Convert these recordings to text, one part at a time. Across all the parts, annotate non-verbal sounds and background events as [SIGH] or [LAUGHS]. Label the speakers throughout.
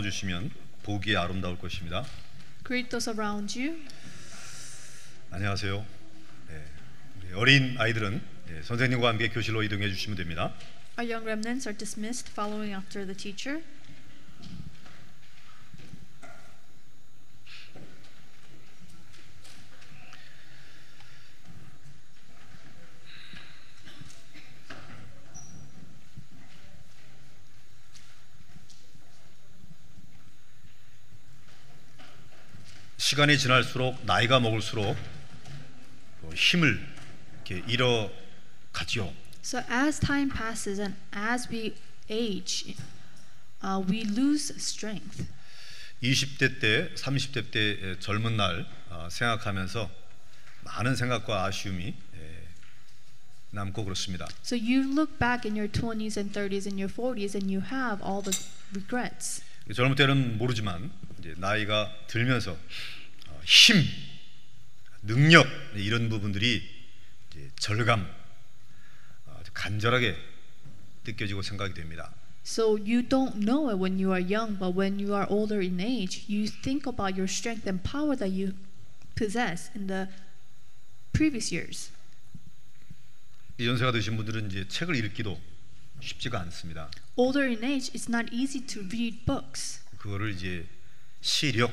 Speaker 1: 나눠주시면 보기에 아름다울 것입니다.
Speaker 2: Greet those around you.
Speaker 1: 안녕하세요. 네, 우리 어린 아이들은 네, 선생님과 함께 교실로 이동해 주시면 됩니다.
Speaker 2: Our young remnants are dismissed following after the teacher.
Speaker 1: 시간이 지날수록 나이가 먹을수록 뭐 힘을 이렇게 잃어가지요.
Speaker 2: So as time passes and as we age, uh, we lose strength.
Speaker 1: 20대 때, 30대 때 예, 젊은 날 아, 생각하면서 많은 생각과 아쉬움이 예, 남고 그렇습니다.
Speaker 2: So you look back in your 20s and 30s and your 40s and you have all the regrets.
Speaker 1: 젊을 때는 모르지만 이제 나이가 들면서 어, 힘, 능력 네, 이런 부분들이 이제 절감, 어, 간절하게 느껴지고 생각이 됩니다.
Speaker 2: So you don't know it when you are young, but when you are older in age, you think about your strength and power that you possess in the previous years.
Speaker 1: 이 연세가 되신 분들은 이제 책을 읽기도 쉽지가 않습니다.
Speaker 2: Older in age, it's not easy to read books.
Speaker 1: 그거를 이제 시력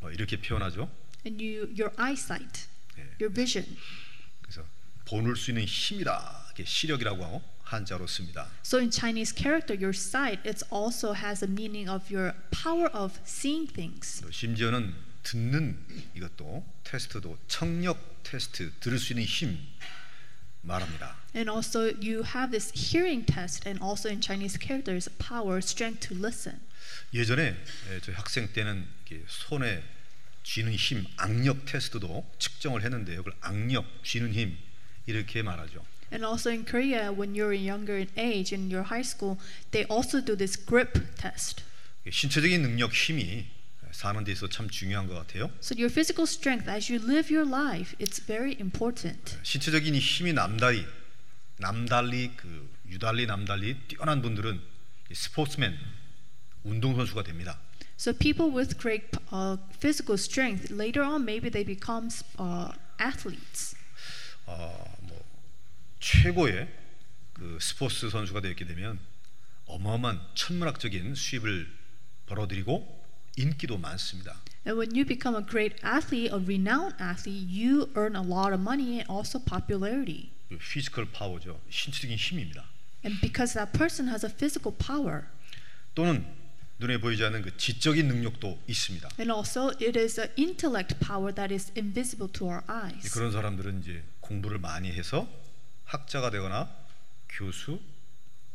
Speaker 1: 뭐 이렇게 표현하죠.
Speaker 2: and you your eyesight,
Speaker 1: 예.
Speaker 2: your vision.
Speaker 1: 그래서 보눌 수 있는 힘이다. 이게 시력이라고 하고 한자로 씁니다.
Speaker 2: So in Chinese character, your sight it also has a meaning of your power of seeing things.
Speaker 1: 또 심지어는 듣는 이것도 테스트도 청력 테스트 들을 수 있는 힘 말합니다.
Speaker 2: And also you have this hearing test, and also in Chinese characters, power, strength to listen.
Speaker 1: 예전에 예, 저 학생 때는 이렇게 손에 쥐는 힘 악력 테스트도 측정을 했는데 그걸 악력 쥐는 힘 이렇게 말하죠.
Speaker 2: And also in Korea, when you're younger in age in your high school, they also do this grip test.
Speaker 1: 이게 신체적인 능력 힘이 사는 데 있어 참 중요한 것 같아요.
Speaker 2: So your physical strength as you live your life, it's very important.
Speaker 1: 신체적인 힘이 남달리 남달리 그 유달리 남달리 뛰어난 분들은 이 스포츠맨 운동선수가 됩니다.
Speaker 2: So people with great uh, physical strength later on maybe they become uh, athletes.
Speaker 1: 어, 뭐 최고의 그 스포츠 선수가 되었게 되면 어마어마한 천문학적인 수입을 벌어들이고 인기도 많습니다.
Speaker 2: And when you become a great athlete, a renowned athlete, you earn a lot of money and also popularity.
Speaker 1: 그 피지컬 파워죠. 신체적인 힘입니다.
Speaker 2: And because that person has a physical power,
Speaker 1: 또는 눈에 보이지 않는 그 지적인 능력도 있습니다.
Speaker 2: and also it is an intellect power that is invisible to our
Speaker 1: 이제
Speaker 2: eyes.
Speaker 1: 그런 사람들은 이제 공부를 많이 해서 학자가 되거나 교수,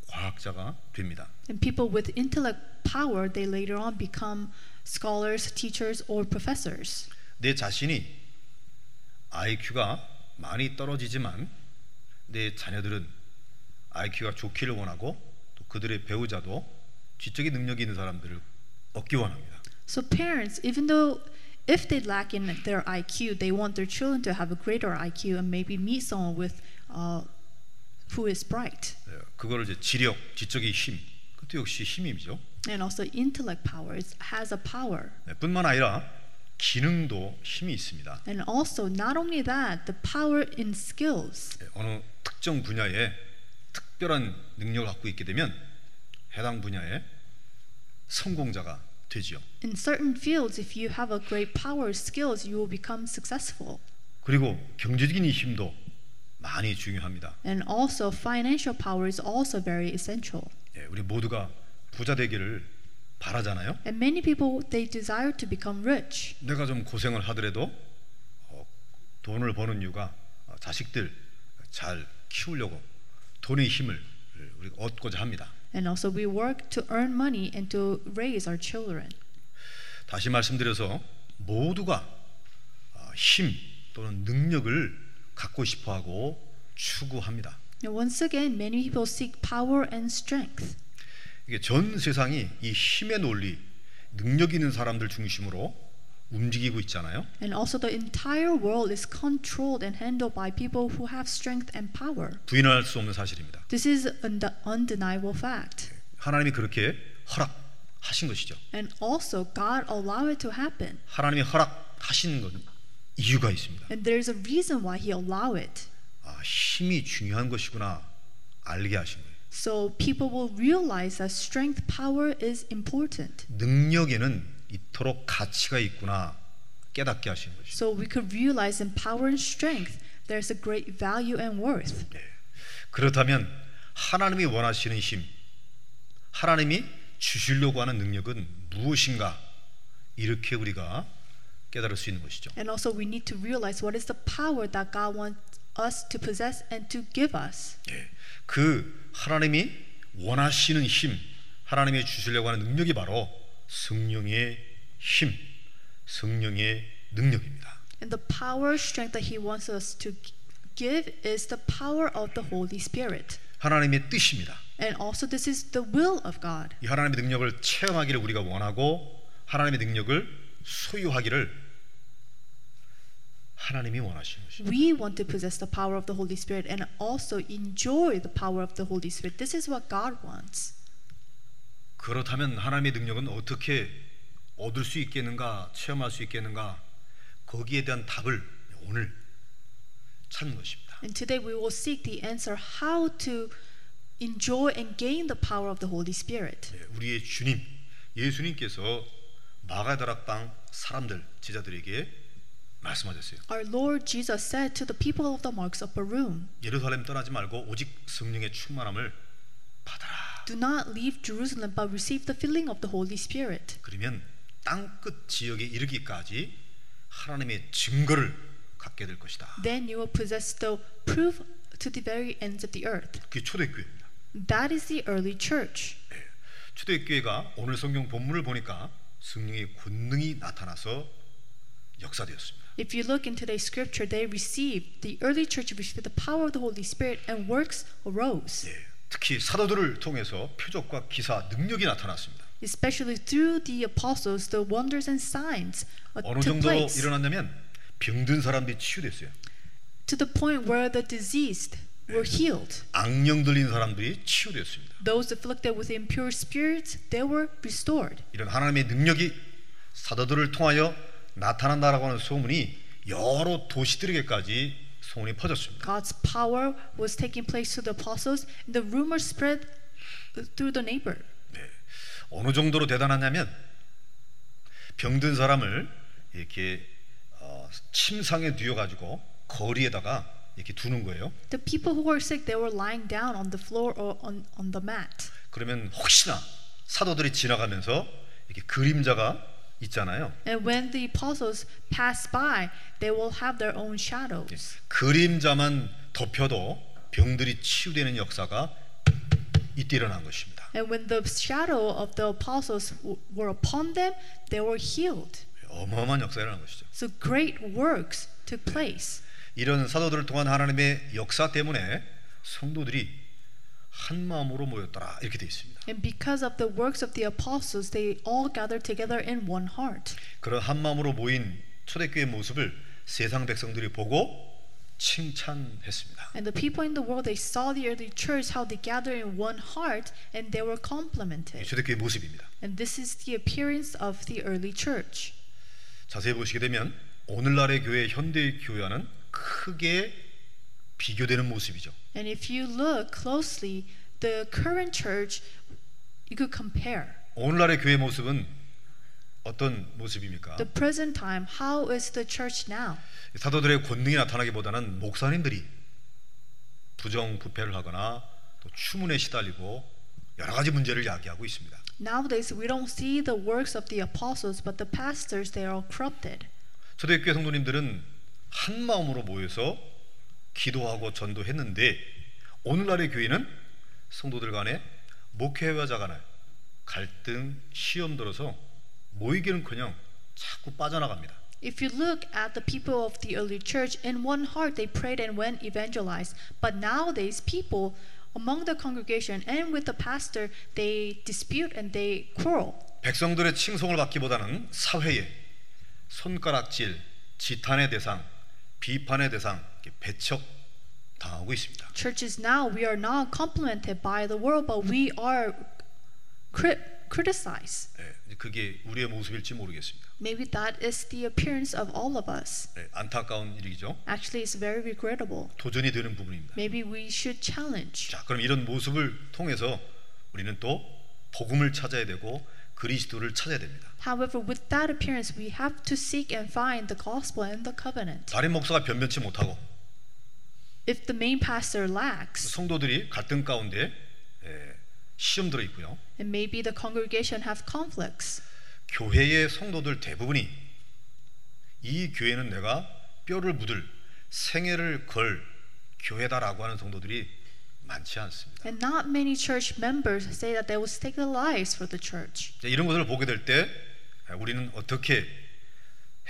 Speaker 1: 과학자가 됩니다.
Speaker 2: And people with intellect power, they later on become scholars, teachers, or professors.
Speaker 1: 내 자신이 IQ가 많이 떨어지지만 내 자녀들은 IQ가 좋기를 원하고 또 그들의 배우자도 지적인 능력이 있는 사람들을 얻기 원합니다.
Speaker 2: So parents, even though if they lack in their IQ, they want their children to have a greater IQ and maybe meet someone with uh, who is bright
Speaker 1: 예, 그거를 이제 지력, 지적인 힘, 그것도 역시 힘이죠.
Speaker 2: and also intellect power. It has a power.
Speaker 1: 예, 뿐만 아니라 기능도 힘이 있습니다.
Speaker 2: And also, not only that, the power in skills.
Speaker 1: 예, 어느 특정 분야에 특별한 능력을 갖고 있게 되면 해당 분야의 성공자가 되지요.
Speaker 2: In certain fields, if you have a great power skills, you will become successful.
Speaker 1: 그리고 경제적인 이 힘도 많이 중요합니다.
Speaker 2: And also, financial power is also very essential.
Speaker 1: 예, 우리 모두가 부자 되기를 바라잖아요.
Speaker 2: And many people they desire to become rich.
Speaker 1: 내가 좀 고생을 하더라도 어, 돈을 버는 이유가 어, 자식들 잘 키우려고 돈의 힘을 우리가 얻고자 합니다.
Speaker 2: And also, we work to earn money and to raise our children.
Speaker 1: 다시 말씀드려서 모두가 어, 힘 또는 능력을 갖고 싶어하고 추구합니다.
Speaker 2: And once again, many people seek power and strength.
Speaker 1: 이게 전 세상이 이 힘의 논리, 능력 있는 사람들 중심으로 움직이고 있잖아요.
Speaker 2: And also, the entire world is controlled and handled by people who have strength and power.
Speaker 1: 부인할 수 없는 사실입니다.
Speaker 2: This is an undeniable fact.
Speaker 1: 하나님이 그렇게 허락하신 하신 것이죠.
Speaker 2: And also, God allowed it to happen.
Speaker 1: 하나님이 허락하신 건 이유가 있습니다.
Speaker 2: And there's a reason why He allowed it.
Speaker 1: 아, 힘이 중요한 것이구나 알게 하신 거예요.
Speaker 2: So people will realize that strength, power is important.
Speaker 1: 능력에는 이토록 가치가 있구나 깨닫게 하신 것이죠.
Speaker 2: So we could realize in power and strength, there's a great value and worth.
Speaker 1: 네. 그렇다면 하나님이 원하시는 힘, 하나님이 주시려고 하는 능력은 무엇인가 이렇게 우리가 깨달을 수 있는 것이죠.
Speaker 2: And also, we need to realize what is the power that God wants us to possess and to give us.
Speaker 1: 예, 그 하나님이 원하시는 힘, 하나님이 주시려고 하는 능력이 바로 성령의 힘, 성령의 능력입니다.
Speaker 2: And the power, strength that He wants us to g- give is the power of the Holy Spirit.
Speaker 1: 하나님의 뜻입니다.
Speaker 2: And also, this is the will of God.
Speaker 1: 이 하나님의 능력을 체험하기를 우리가 원하고 하나님의 능력을 소유하기를 하나님이 원하시는 것이죠.
Speaker 2: We want to possess the power of the Holy Spirit and also enjoy the power of the Holy Spirit. This is what God wants.
Speaker 1: 그렇다면 하나님의 능력은 어떻게 얻을 수 있겠는가, 체험할 수 있겠는가 거기에 대한 답을 오늘 찾는 것입니다.
Speaker 2: And today we will seek the answer how to enjoy and gain the power of the Holy Spirit.
Speaker 1: 예, 우리의 주님 예수님께서 마가다락 방 사람들 제자들에게 말씀하셨어요.
Speaker 2: Our Lord Jesus said to the people of the marks of Barum,
Speaker 1: 예루살렘 떠나지 말고 오직 성령의 충만함을 받아라.
Speaker 2: Do not leave Jerusalem, but receive the filling of the Holy Spirit.
Speaker 1: 그러면 땅끝 지역에 이르기까지 하나님의 증거를 갖게 될 것이다.
Speaker 2: Then you will possess the proof to the very ends of the earth.
Speaker 1: 그게 초대교회입니다.
Speaker 2: That is the early church.
Speaker 1: 예. 초대교회가 오늘 성경 본문을 보니까 성령의 권능이 나타나서 역사되었습니다.
Speaker 2: If you look in today's scripture, they received, the early church received the power of the Holy Spirit and works arose,
Speaker 1: 예. 특히 사도들을 통해서 표적과 기사 능력이 나타났습니다.
Speaker 2: especially through the apostles, the wonders and signs uh,
Speaker 1: 어느
Speaker 2: took
Speaker 1: 정도
Speaker 2: place.
Speaker 1: 일어났냐면 병든 사람들이 치유됐어요.
Speaker 2: to the point where the diseased were healed.
Speaker 1: 악령 들린 사람들이 치유됐습니다.
Speaker 2: Those afflicted with impure spirits, they were restored.
Speaker 1: 이런 하나님의 능력이 사도들을 통하여 나타난다라고 하는 소문이 여러 도시들에게까지 소문이 퍼졌습니다.
Speaker 2: God's power was taking place to the apostles, and the rumor spread through the neighbor.
Speaker 1: 네. 어느 정도로 대단하냐면 병든 사람을 이렇게 어, 침상에 누워 가지고 거리에다가 이렇게 두는 거예요.
Speaker 2: The people who were sick, they were lying down on the floor or on, on the mat.
Speaker 1: 그러면 혹시나 사도들이 지나가면서 이렇게 그림자가 있잖아요.
Speaker 2: And when the apostles passed by, they will have their own shadows.
Speaker 1: 그림자만 덮여도 병들이 치유되는 역사가 이때 일어난 것입니다.
Speaker 2: And when the shadow of the apostles w- were upon them, they were healed.
Speaker 1: 어마어마한 역사가 일어난 것이죠.
Speaker 2: So great works took place.
Speaker 1: 이런 사도들을 통한 하나님의 역사 때문에 성도들이 한 마음으로 모였더라 이렇게 돼 있습니다.
Speaker 2: And because of the works of the apostles, they all gathered together in one heart.
Speaker 1: 그런 한 마음으로 모인 초대교회 모습을 세상 백성들이 보고 칭찬했습니다.
Speaker 2: And the people in the world, they saw the early church, how they gathered in one heart, and they were
Speaker 1: 이
Speaker 2: complimented.
Speaker 1: 초대교회 모습입니다.
Speaker 2: And this is the appearance of the early church.
Speaker 1: 자세히 보시게 되면 오늘날의 교회 현대의 교회와는 크게 비교되는 모습이죠.
Speaker 2: And if you look closely, the current church, you could compare.
Speaker 1: 오늘날의 교회 모습은 어떤 모습입니까?
Speaker 2: The present time, how is the church now?
Speaker 1: 사도들의 권능이 나타나기보다는 목사님들이 부정 부패를 하거나 또 추문에 시달리고 여러 가지 문제를 야기하고 있습니다.
Speaker 2: Nowadays, we don't see the works of the apostles, but the pastors, they are all corrupted.
Speaker 1: 초대교회 성도님들은 한 마음으로 모여서 기도하고 전도했는데 오늘날의 교회는 성도들 간에 목회자 간에 갈등, 시험 들어서 모이기는커녕 자꾸 빠져나갑니다.
Speaker 2: If you look at the people of the early church, in one heart they prayed and went evangelized. But nowadays, people among the congregation and with the pastor, they dispute and they quarrel.
Speaker 1: 백성들의 칭송을 받기보다는 사회에 손가락질, 지탄의 대상, 비판의 대상 이렇게 배척 당하고 있습니다.
Speaker 2: Churches now, we are not complimented by the world, but we are cri- criticize.
Speaker 1: 예, 이제 그게 우리의 모습일지 모르겠습니다.
Speaker 2: Maybe that is the appearance of all of us.
Speaker 1: 예, 안타까운 일이죠.
Speaker 2: Actually, it's very regrettable.
Speaker 1: 도전이 되는 부분입니다.
Speaker 2: Maybe we should challenge.
Speaker 1: 자, 그럼 이런 모습을 통해서 우리는 또 복음을 찾아야 되고 그리스도를 찾아야 됩니다.
Speaker 2: However, with that appearance, we have to seek and find the gospel and the covenant.
Speaker 1: 다른 목사가 변변치 못하고
Speaker 2: If the main pastor lacks,
Speaker 1: 성도들이 갈등 가운데 예, 시험 들어 있고요.
Speaker 2: and maybe the congregation have conflicts,
Speaker 1: 교회의 성도들 대부분이 이 교회는 내가 뼈를 묻을 생애를 걸 교회다라고 하는 성도들이 많지 않습니다.
Speaker 2: and not many church members say that they will stake their lives for the church.
Speaker 1: 이제 이런 것을 보게 될 때 우리는 어떻게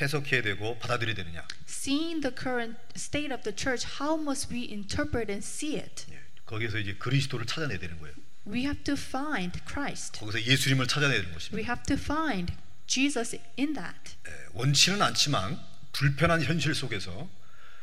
Speaker 1: 해석해야 되고 받아들여야 되느냐?
Speaker 2: Seeing the current state of the church, how must we interpret and see it?
Speaker 1: 예, 거기서 이제 그리스도를 찾아내야 되는 거예요.
Speaker 2: We have to find Christ.
Speaker 1: 거기서 예수님을 찾아내야 되는 것입니다.
Speaker 2: We have to find Jesus in that.
Speaker 1: 예, 원치는 않지만 불편한 현실 속에서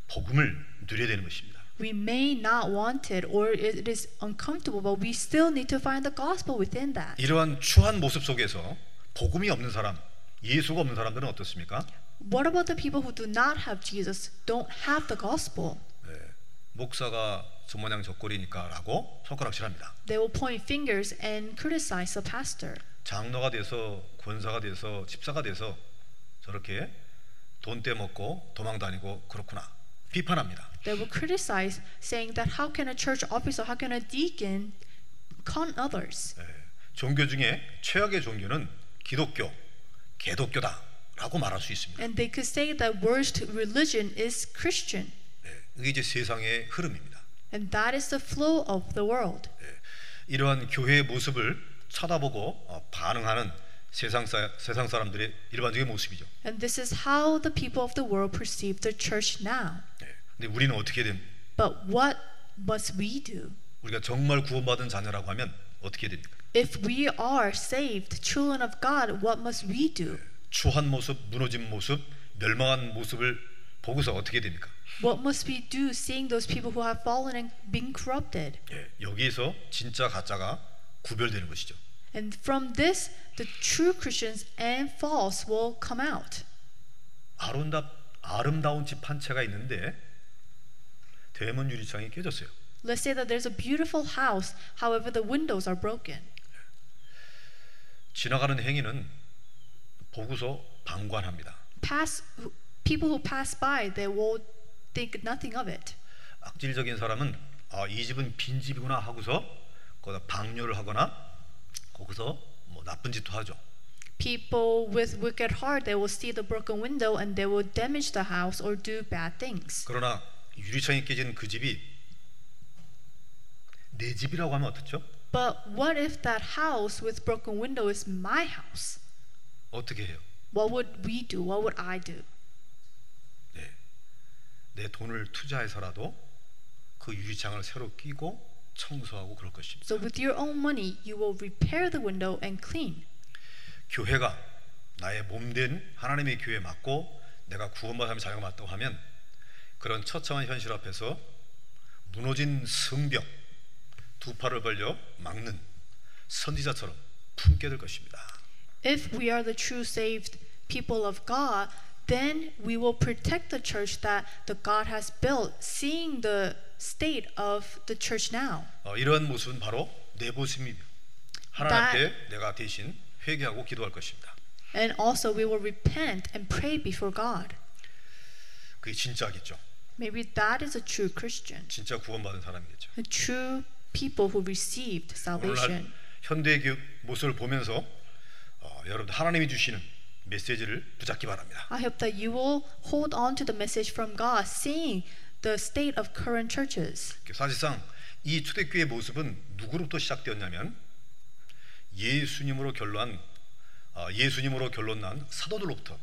Speaker 1: 복음을 누려야 되는 것입니다.
Speaker 2: We may not want it or it is uncomfortable, but we still need to find the gospel within that.
Speaker 1: 이러한 추한 모습 속에서 복음이 없는 사람, 예수가 없는 사람들은 어떻습니까?
Speaker 2: What about the people who do not have Jesus, don't have the gospel?
Speaker 1: 예, 목사가 전모양 적거리니까라고 손가락질합니다.
Speaker 2: They will point fingers and criticize the pastor.
Speaker 1: 장로가 돼서 권사가 돼서 집사가 돼서 저렇게 돈 떼먹고 도망 다니고 그렇구나 비판합니다.
Speaker 2: They will criticize, saying that how can a church officer, how can a deacon con others?
Speaker 1: 예, 종교 중에 최악의 종교는 기독교, 개독교다라고 말할 수 있습니다.
Speaker 2: And they could say that worst religion is Christian,
Speaker 1: 예, 이게 이제 세상의 흐름입니다.
Speaker 2: and that is the flow of the world.
Speaker 1: 예, 이러한 교회의 모습을 쳐다보고 어, 반응하는 세상, 사, 세상 사람들의 일반적인 모습이죠.
Speaker 2: And this is how the people of the world perceive the church now.
Speaker 1: 예, 근데 우리는 어떻게 된
Speaker 2: But what must we do?
Speaker 1: 우리가 정말 구원받은 자녀라고 하면 어떻게 됩니까?
Speaker 2: If we are saved, children of God, what must we do?
Speaker 1: 추한 모습, 무너진 모습, 멸망한 모습을 보고서 어떻게 됩니까?
Speaker 2: What must we do seeing those people who have fallen and been corrupted?
Speaker 1: 예, 여기에서 진짜 가짜가 구별되는 것이죠.
Speaker 2: And from this, the true Christians and false will come out.
Speaker 1: 아름답 아름다운 집 한 채가 있는데 대문 유리창이 깨졌어요.
Speaker 2: Let's say that there's a beautiful house, however, the windows are broken.
Speaker 1: 지나가는 행인은 보고서 방관합니다.
Speaker 2: Pass, who- people who pass by, they will think nothing of it.
Speaker 1: 악질적인 사람은 아, 이 집은 빈 집이구나 하고서 거기다 방뇨를 하거나 거기서 뭐 나쁜 짓도 하죠.
Speaker 2: People with wicked heart, they will see the broken window and they will damage the house or do bad things.
Speaker 1: 그러나 유리창이 깨진 그 집이 내 집이라고 하면 어떻죠?
Speaker 2: But what if that house with broken window is my house?
Speaker 1: 어떻게 해요?
Speaker 2: What would we do? What would I do?
Speaker 1: 네. 내 돈을 투자해서라도 그 유리창을 새로 끼고 청소하고 그럴 것입니다.
Speaker 2: So with your own money, you will repair the window and clean.
Speaker 1: 교회가 나의 몸된 하나님의 교회에 맞고 내가 구원받은 자녀가 맞다고 하면 그런 처참한 현실 앞에서 무너진 성벽 두 팔을 벌려 막는 선지자처럼 품게 될 것입니다.
Speaker 2: If we are the true saved people of God, then we will protect the church that the God has built, seeing the state of the church now.
Speaker 1: 어, 이러한 모습은 바로 내 모습입니다. 하나님께 내가 대신 회개하고 기도할 것입니다.
Speaker 2: And also we will repent and pray before God.
Speaker 1: 그게 진짜겠죠.
Speaker 2: Maybe that is a true Christian,
Speaker 1: 진짜 구원받은 사람이겠죠.
Speaker 2: a true people who received
Speaker 1: 오늘날
Speaker 2: salvation.
Speaker 1: 현대 교육 모습을 보면서 어, 여러분 하나님이 주시는 메시지를 붙잡기 바랍니다.
Speaker 2: I hope that you will hold on to the message from God, seeing the state of current churches.
Speaker 1: 사실상 이 초대교회 모습은 누구로부터 시작되었냐면 예수님으로 결론 아, 예수님으로 결론난 사도들로부터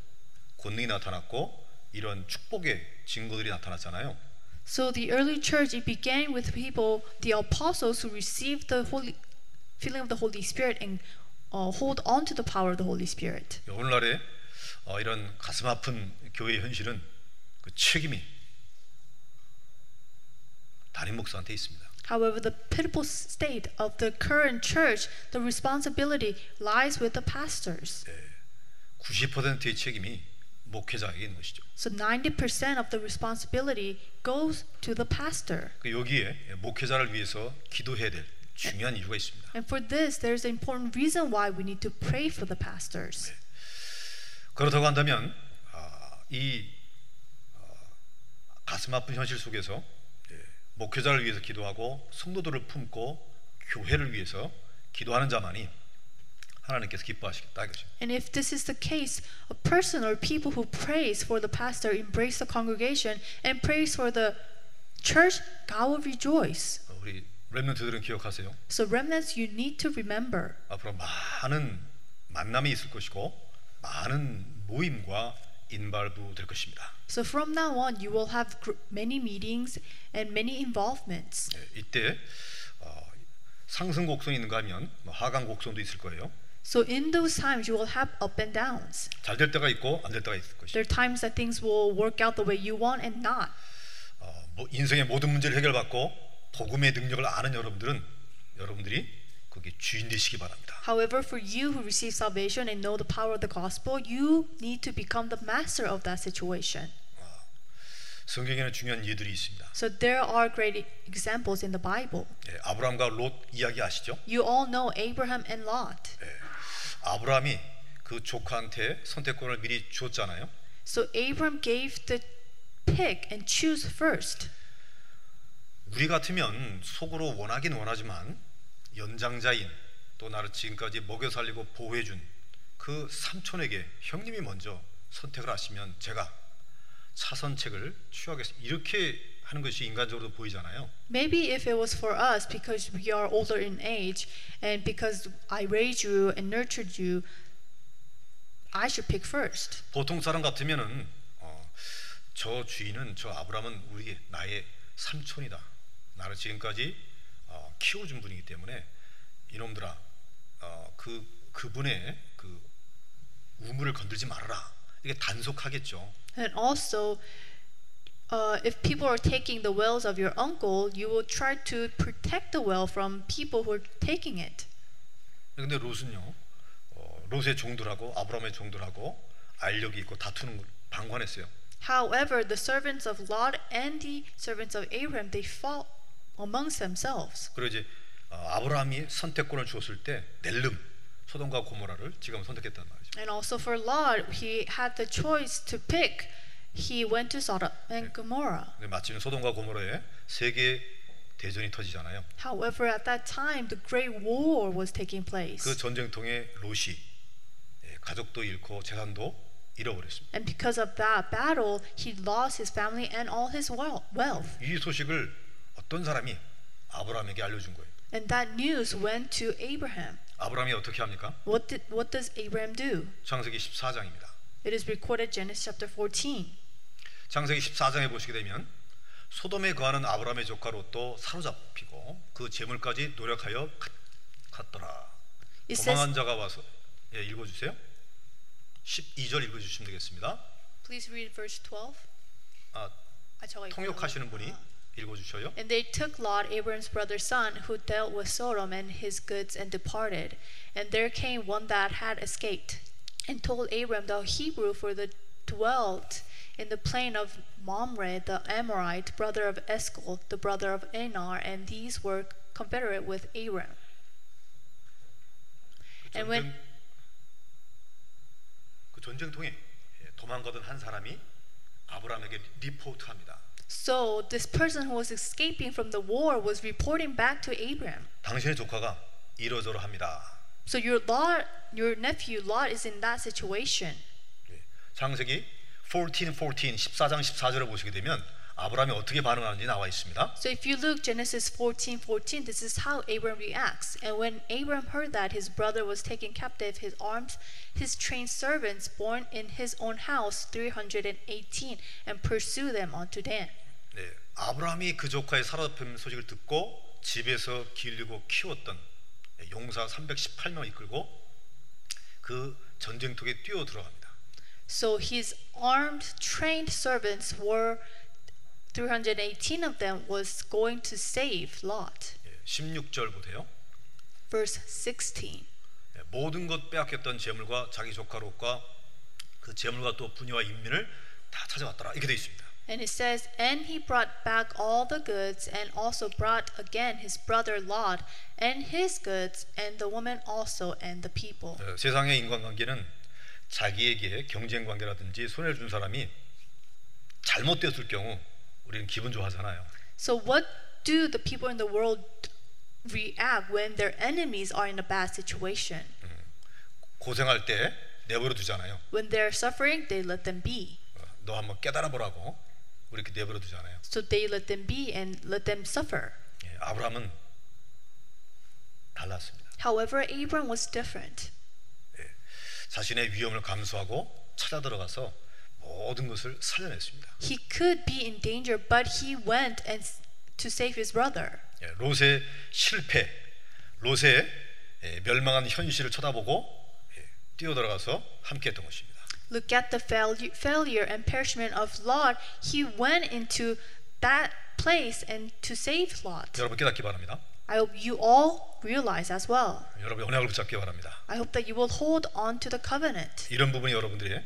Speaker 1: 권능이 나타났고 이런 축복의 증거들이 나타났잖아요.
Speaker 2: So the early church it began with people, the apostles who received the holy feeling of the Holy Spirit and uh, hold on to the power of the Holy Spirit.
Speaker 1: 오늘날의 어, 이런 가슴 아픈 교회의 현실은 그 책임이 담임 목사한테 있습니다.
Speaker 2: However, the pitiful state of the current church, the responsibility lies with the pastors.
Speaker 1: 90%의 책임이 목회자에게 있는 것이죠.
Speaker 2: So 90% of the responsibility goes to the pastor.
Speaker 1: 그 여기에 목회자를 위해서 기도해야 될 중요한 이유가 있습니다.
Speaker 2: And for this, there's an important reason why we need to pray for the pastors.
Speaker 1: 그렇다고 한다면 아, 이 어, 가슴 아픈 현실 속에서 예, 목회자를 위해서 기도하고 성도들을 품고 교회를 위해서 기도하는 자만이 하나님께서 기뻐하시겠다 이것입니다.
Speaker 2: And if this is the case, a person or people who prays for the pastor, embrace the congregation, and prays for the church, God will rejoice.
Speaker 1: 어, 우리 렘넌트들은 기억하세요.
Speaker 2: So, remnants, you need to remember
Speaker 1: 앞으로 많은 만남이 있을 것이고 많은 모임과 인발부 될 것입니다.
Speaker 2: So from now on, you will have gr- many meetings and many involvements.
Speaker 1: 예, 이때 어, 상승 곡선이 있는가 하면 뭐 하강 곡선도 있을 거예요.
Speaker 2: So in those times, you will have up and downs.
Speaker 1: 잘 될 때가 있고 안 될 때가 있을 것이죠.
Speaker 2: There are times that things will work out the way you want and not.
Speaker 1: 어, 뭐 인생의 모든 문제를 해결받고 복음의 능력을 아는 여러분들은 여러분들이 거기 주인 되시기 바랍니다.
Speaker 2: However, for you who receive salvation and know the power of the gospel, you need to become the master of that situation.
Speaker 1: 성경에는 중요한 예들이 있습니다.
Speaker 2: So there are great e- examples in the Bible.
Speaker 1: 예, 아브라함과 롯 이야기 아시죠?
Speaker 2: You all know Abraham and Lot.
Speaker 1: 예, 아브라함이 그 조카한테 선택권을 미리 주었잖아요.
Speaker 2: So Abraham gave the pick and choose first.
Speaker 1: 우리 같으면 속으로 원하긴 원하지만 연장자인 또 나를 지금까지 먹여 살리고 보호해 준 그 삼촌에게 형님이 먼저 선택을 하시면 제가 차선책을 취하겠습니다. 이렇게 하는 것이 인간적으로 보이잖아요.
Speaker 2: Maybe if it was for us, because we are older in age, and because I raised you and nurtured you, I should pick first.
Speaker 1: 보통 사람 같으면은 어, 저 주인은 저 아브라함은 우리 나의 삼촌이다. 나를 지금까지 어, 키워준 분이기 때문에 이놈들아 어, 그 그분의 그 우물을 건들지 말아라. 이게 단속하겠죠.
Speaker 2: And also, uh, if people are taking the wells of your uncle, you will try to protect the well from people who are taking it.
Speaker 1: 근데 롯은요, 어, 롯의 종들하고 아브라함의 종들하고 알력이 있고 다투는 걸 방관했어요.
Speaker 2: However, the servants of Lot and the servants of Abraham they fought amongst themselves.
Speaker 1: 그리고 이제 어, 아브라함이 선택권을 주었을 때 넬름 소돔과 고모라를 지금 선택했단 말이죠.
Speaker 2: And also for Lot, he had the choice to pick. He went to Sodom and Gomorrah.
Speaker 1: 근데 마침 소돔과 고모라에 세계 대전이 터지잖아요.
Speaker 2: However, at that time, the Great War was taking place.
Speaker 1: 그 전쟁통에 롯이 예, 가족도 잃고 재산도 잃어버렸습니다.
Speaker 2: And because of that battle, he lost his family and all his wel- wealth.
Speaker 1: 이 소식을 어떤 사람이 아브라함에게 알려준 거예요.
Speaker 2: And that news went to Abraham.
Speaker 1: 아브라함이 어떻게 합니까?
Speaker 2: What, did, what does Abraham do?
Speaker 1: 창세기 14장입니다.
Speaker 2: It is recorded Genesis chapter 14.
Speaker 1: 창세기 14장에 보시게 되면 소돔에 거하는 아브라함의 조카 롯도 사로잡히고 그 재물까지 노력하여 갔- 갔더라.
Speaker 2: It says,
Speaker 1: 도망한 자가 와서 예, 읽어주세요. 12절 읽어주시면 되겠습니다.
Speaker 2: please read verse 12.
Speaker 1: 아,
Speaker 2: 아, 저거 있구나.
Speaker 1: 통역하시는 분이 읽어주셔요.
Speaker 2: And they took Lot, Abram's brother's son, who dealt with Sodom and his goods, and departed. And there came one that had escaped, and told Abram the Hebrew, for the dwelt in the plain of Mamre the Amorite, brother of Escol, the brother of Enar, and these were confederate with Abram. And when
Speaker 1: 전쟁- 그 전쟁통에 예, 도망가던 한 사람이 아브라함에게 리포트합니다.
Speaker 2: so this person who was escaping from the war was reporting back to Abram.
Speaker 1: 당신의 조카가 이러저러합니다.
Speaker 2: So your Lot, your nephew Lot, is in that situation.
Speaker 1: 예, 창세기 14, 14, 14장 14절을 보시게 되면 아브라함이 어떻게 반응하는지 나와 있습니다.
Speaker 2: So if you look Genesis 14, 14, this is how Abram reacts. And when Abram heard that his brother was taken captive, his arms, his trained servants born in his own house, 318, and pursue them unto Dan.
Speaker 1: 네, 아브라함이 그 조카의 사로잡힘 소식을 듣고 집에서 기르고 키웠던 예, 용사 318명 이끌고 그 전쟁통에 뛰어 들어갑니다.
Speaker 2: So his armed, trained servants were 318 of them was going to save Lot.
Speaker 1: 예, 16절부터요.
Speaker 2: Verse 16.
Speaker 1: 네, 모든 것 빼앗겼던 재물과 자기 조카 롯과 그 재물과 또 부녀와 인민을 다 찾아왔더라. 이렇게 되어 있습니다.
Speaker 2: And it says, And he brought back all the goods, and also brought again his brother Lot, and his goods, and the woman also, and the people.
Speaker 1: 어, 세상의 인간관계는 자기에게 경쟁 관계라든지 손해를 준 사람이 잘못되었을 경우 우리는 기분 좋아하잖아요.
Speaker 2: So, what do the people in the world react when their enemies are in a bad situation?
Speaker 1: 고생할 때 내버려 두잖아요.
Speaker 2: When they're suffering, they let them be.
Speaker 1: 어, 너 한번 깨달아 보라고 우리 이렇게 내버려 두잖아요.
Speaker 2: So, they let them be and let them suffer.
Speaker 1: 예, 아브라함은 달랐습니다.
Speaker 2: However, Abram was different.
Speaker 1: 자신의 위험을 감수하고 찾아 들어가서 모든 것을 살려냈습니다.
Speaker 2: He could be in danger, but he went and s- to save his brother.
Speaker 1: 예, 롯의 실패, 롯의 예, 멸망한 현실을 쳐다보고 예, 뛰어들어가서 함께했던 것입니다.
Speaker 2: Look at the failure, failure and perishment of Lot. He went into that place and to save Lot.
Speaker 1: 여러분 깨닫기 바랍니다.
Speaker 2: I hope you all realize as well.
Speaker 1: 여러분 언약을 붙잡기 바랍니다.
Speaker 2: I hope that you will hold on to the covenant.
Speaker 1: 이런 부분이 여러분들의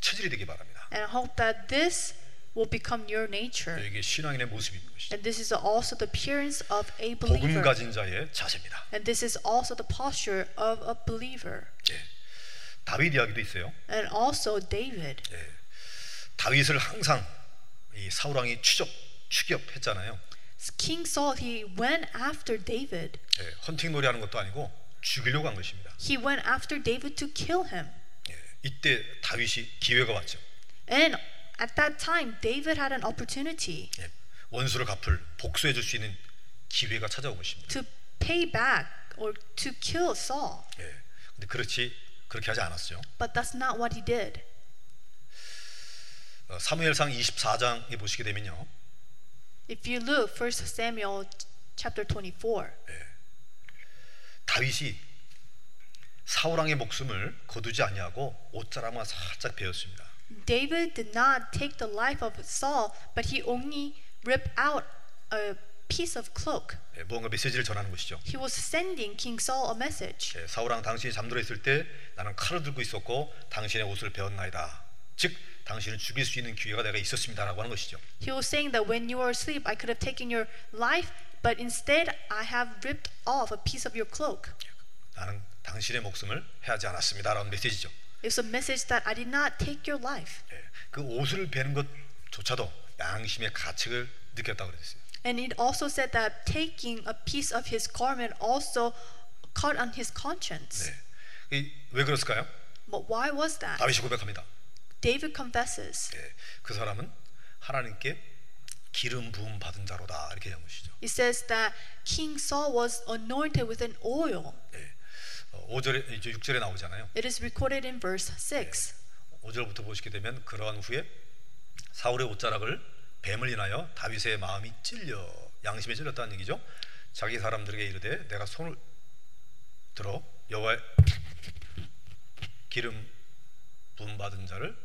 Speaker 1: 체질이 되기 바랍니다.
Speaker 2: And I hope that this will become your nature.
Speaker 1: 이게 신앙인의 모습인 것이죠.
Speaker 2: And this is also the appearance of a
Speaker 1: 복음
Speaker 2: believer.
Speaker 1: 가진 자의 자세입니다.
Speaker 2: And this is also the posture of a believer.
Speaker 1: 예. 다윗 이야기도 있어요.
Speaker 2: And also David.
Speaker 1: 예. 다윗을 항상 이 사울 왕이 추적 추격했잖아요.
Speaker 2: King Saul, he went after David.
Speaker 1: 예. 헌팅 놀이 하는 것도 아니고 죽이려고 한 것입니다.
Speaker 2: He went after David to kill him.
Speaker 1: 예. 이때 다윗이 기회가 왔죠.
Speaker 2: And at that time, David had an opportunity
Speaker 1: 예. 원수를 갚을 복수해 줄 수 있는 기회가 찾아온 것입니다.
Speaker 2: to pay back or to kill Saul,
Speaker 1: 예. 근데 그렇지 그렇게 하지 않았어요.
Speaker 2: but that's not what he did.
Speaker 1: 어, 사무엘상 24장에 보시게 되면요.
Speaker 2: If you look, 1 Samuel chapter 24,
Speaker 1: 다윗이 사울왕의 목숨을 거두지 아니하고 옷자락만 살짝 베었습니다.
Speaker 2: David did not take the life of Saul, but he only ripped out a piece of cloak.
Speaker 1: 예, 무언가 메시지를 전하는 것이죠.
Speaker 2: He was sending King Saul a message.
Speaker 1: 예, 사울왕 당신이 잠들어 있을 때 나는 칼을 들고 있었고 당신의 옷을 베었나이다. 즉 당신을 죽일 수 있는 기회가 내가 있었습니다라고 하는 것이죠.
Speaker 2: He was saying that when you were asleep, I could have taken your life, but instead I have ripped off a piece of your cloak.
Speaker 1: 나는 당신의 목숨을 해하지 않았습니다라는 메시지죠.
Speaker 2: It's a message that I did not take your life.
Speaker 1: 예, 그 옷을 베는 것조차도 양심의 가책을 느꼈다고 그랬어요.
Speaker 2: And it also said that taking a piece of his garment also caught on his conscience.
Speaker 1: 예, 이왜 그랬을까요?
Speaker 2: But why was that?
Speaker 1: 다윗이 고백합니다.
Speaker 2: David confesses.
Speaker 1: 예, 그 사람은 하나님께 기름 부음 받은 자로다 이렇게 한 것이죠.
Speaker 2: It says that King Saul was anointed with an oil.
Speaker 1: 예. 5절에 이제 6절에 나오잖아요.
Speaker 2: It is recorded in verse 6.
Speaker 1: 5절부터 보시게 되면 그러한 후에 사울의 옷자락을 뱀을 인하여 다윗의 마음이 찔려 양심에 찔렸다는 얘기죠. 자기 사람들에게 이르되 내가 손을 들어 여호와의 기름 부음 받은 자를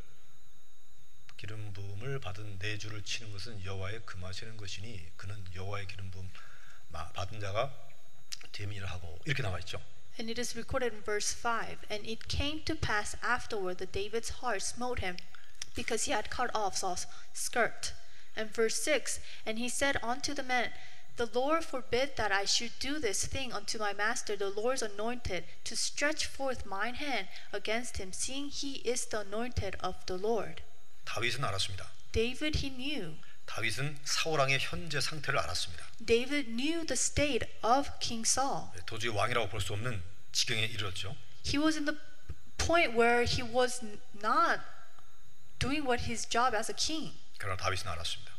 Speaker 1: 기름 부음을 받은 내 주를 치는 것은 여호와의 금하시는 것이니 그는 여호와의 기름 부음 마- 받은 자가 됨이라 하고 이렇게 나와 있죠.
Speaker 2: And it is recorded in verse 5. And it came to pass afterward that David's heart smote him because he had cut off Saul's skirt. And verse 6 And he said unto the man, The Lord forbid that I should do this thing unto my master, the Lord's anointed, to stretch forth mine hand against him, seeing he is the anointed of the Lord.
Speaker 1: 다윗은 알았습니다.
Speaker 2: David, he knew.
Speaker 1: 다윗은 사울 왕의 현재 상태를 알았습니다.
Speaker 2: David knew the state of King Saul.
Speaker 1: 도저히 왕이라고 볼 수 없는 지경에 이르렀죠.
Speaker 2: he was in the point where he was n- not doing what his job as a king.
Speaker 1: 그러나 다윗은 알았습니다.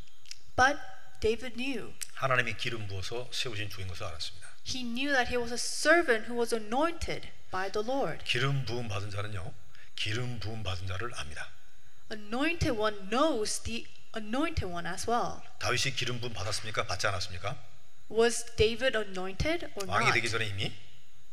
Speaker 2: But David knew.
Speaker 1: 하나님이 기름 부어서 세우신 주인 것을 알았습니다.
Speaker 2: He knew that he was a servant who was anointed by the Lord.
Speaker 1: 기름 부음 받은 자는요. 기름 부음 받은 자를 압니다.
Speaker 2: Anointed one knows the anointed one as well.
Speaker 1: 다윗이 기름 부음 받았습니까? 받지 않았습니까?
Speaker 2: Was David anointed or
Speaker 1: 왕이
Speaker 2: not?
Speaker 1: 되기 전에 이미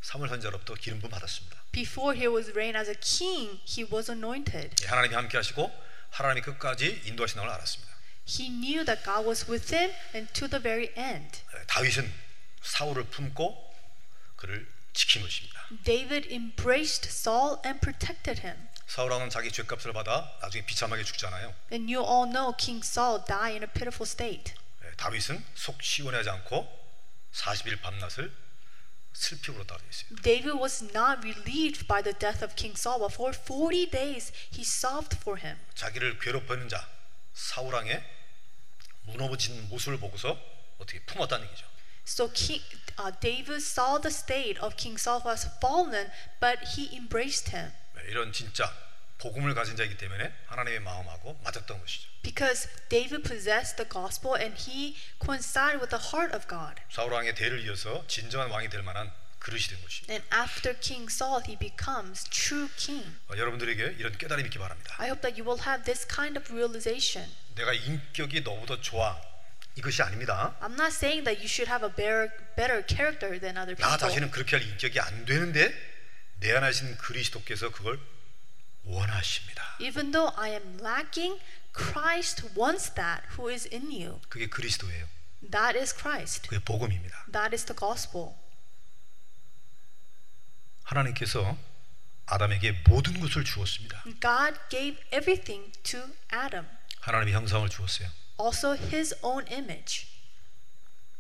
Speaker 1: 사물 선자로부터 기름 부음 받았습니다.
Speaker 2: Before he was reigned as a king, he was anointed.
Speaker 1: 예, 하나님이 함께 하시고 하나님이 끝까지 인도하시는 걸 알았습니다.
Speaker 2: He knew that God was with him and to the very end.
Speaker 1: 예, 다윗은 사울을 품고 그를 지킨 것입니다.
Speaker 2: David embraced Saul and protected him.
Speaker 1: 사울 왕은 자기 죄값을 받아 나중에 비참하게 죽잖아요.
Speaker 2: And you all know King Saul died in a pitiful state.
Speaker 1: 예, 다윗은 속 시원하지 않고 40일 밤낮을 슬피 울었다 되어 있어요.
Speaker 2: David was not relieved by the death of King Saul, but for 40 days he sobbed for him.
Speaker 1: 자기를 괴롭히는 자 사울 왕의 무너진 모습을 보고서 어떻게 품었다는 얘기죠.
Speaker 2: So King, uh, David saw the state of King Saul who has fallen, but he embraced him.
Speaker 1: 예, 이런 진짜 복음을 가진 자이기 때문에 하나님의 마음하고 맞았던 것이죠.
Speaker 2: Because David possessed the gospel and he coincided with the heart of God.
Speaker 1: 사울 왕의 대를 이어서 진정한 왕이 될 만한 그릇이 된 것이죠.
Speaker 2: And after King Saul, he becomes true king.
Speaker 1: 어, 여러분들에게 이런 깨달음이 있기 바랍니다.
Speaker 2: I hope that you will have this kind of realization.
Speaker 1: 내가 인격이 너보다 좋아 이것이 아닙니다.
Speaker 2: I'm not saying that you should have a better, better character than other people.
Speaker 1: 나 자신은 그렇게 할 인격이 안 되는데 내 안에 하신 그리스도께서 그걸 원하십니다.
Speaker 2: Even though I am lacking, Christ wants that who is in you.
Speaker 1: 그게 그리스도예요.
Speaker 2: That is Christ.
Speaker 1: 그게 복음입니다.
Speaker 2: That is the gospel.
Speaker 1: 하나님께서 아담에게 모든 것을 주었습니다.
Speaker 2: God gave everything to Adam,
Speaker 1: 하나님의 형상을 주었어요.
Speaker 2: also his own image.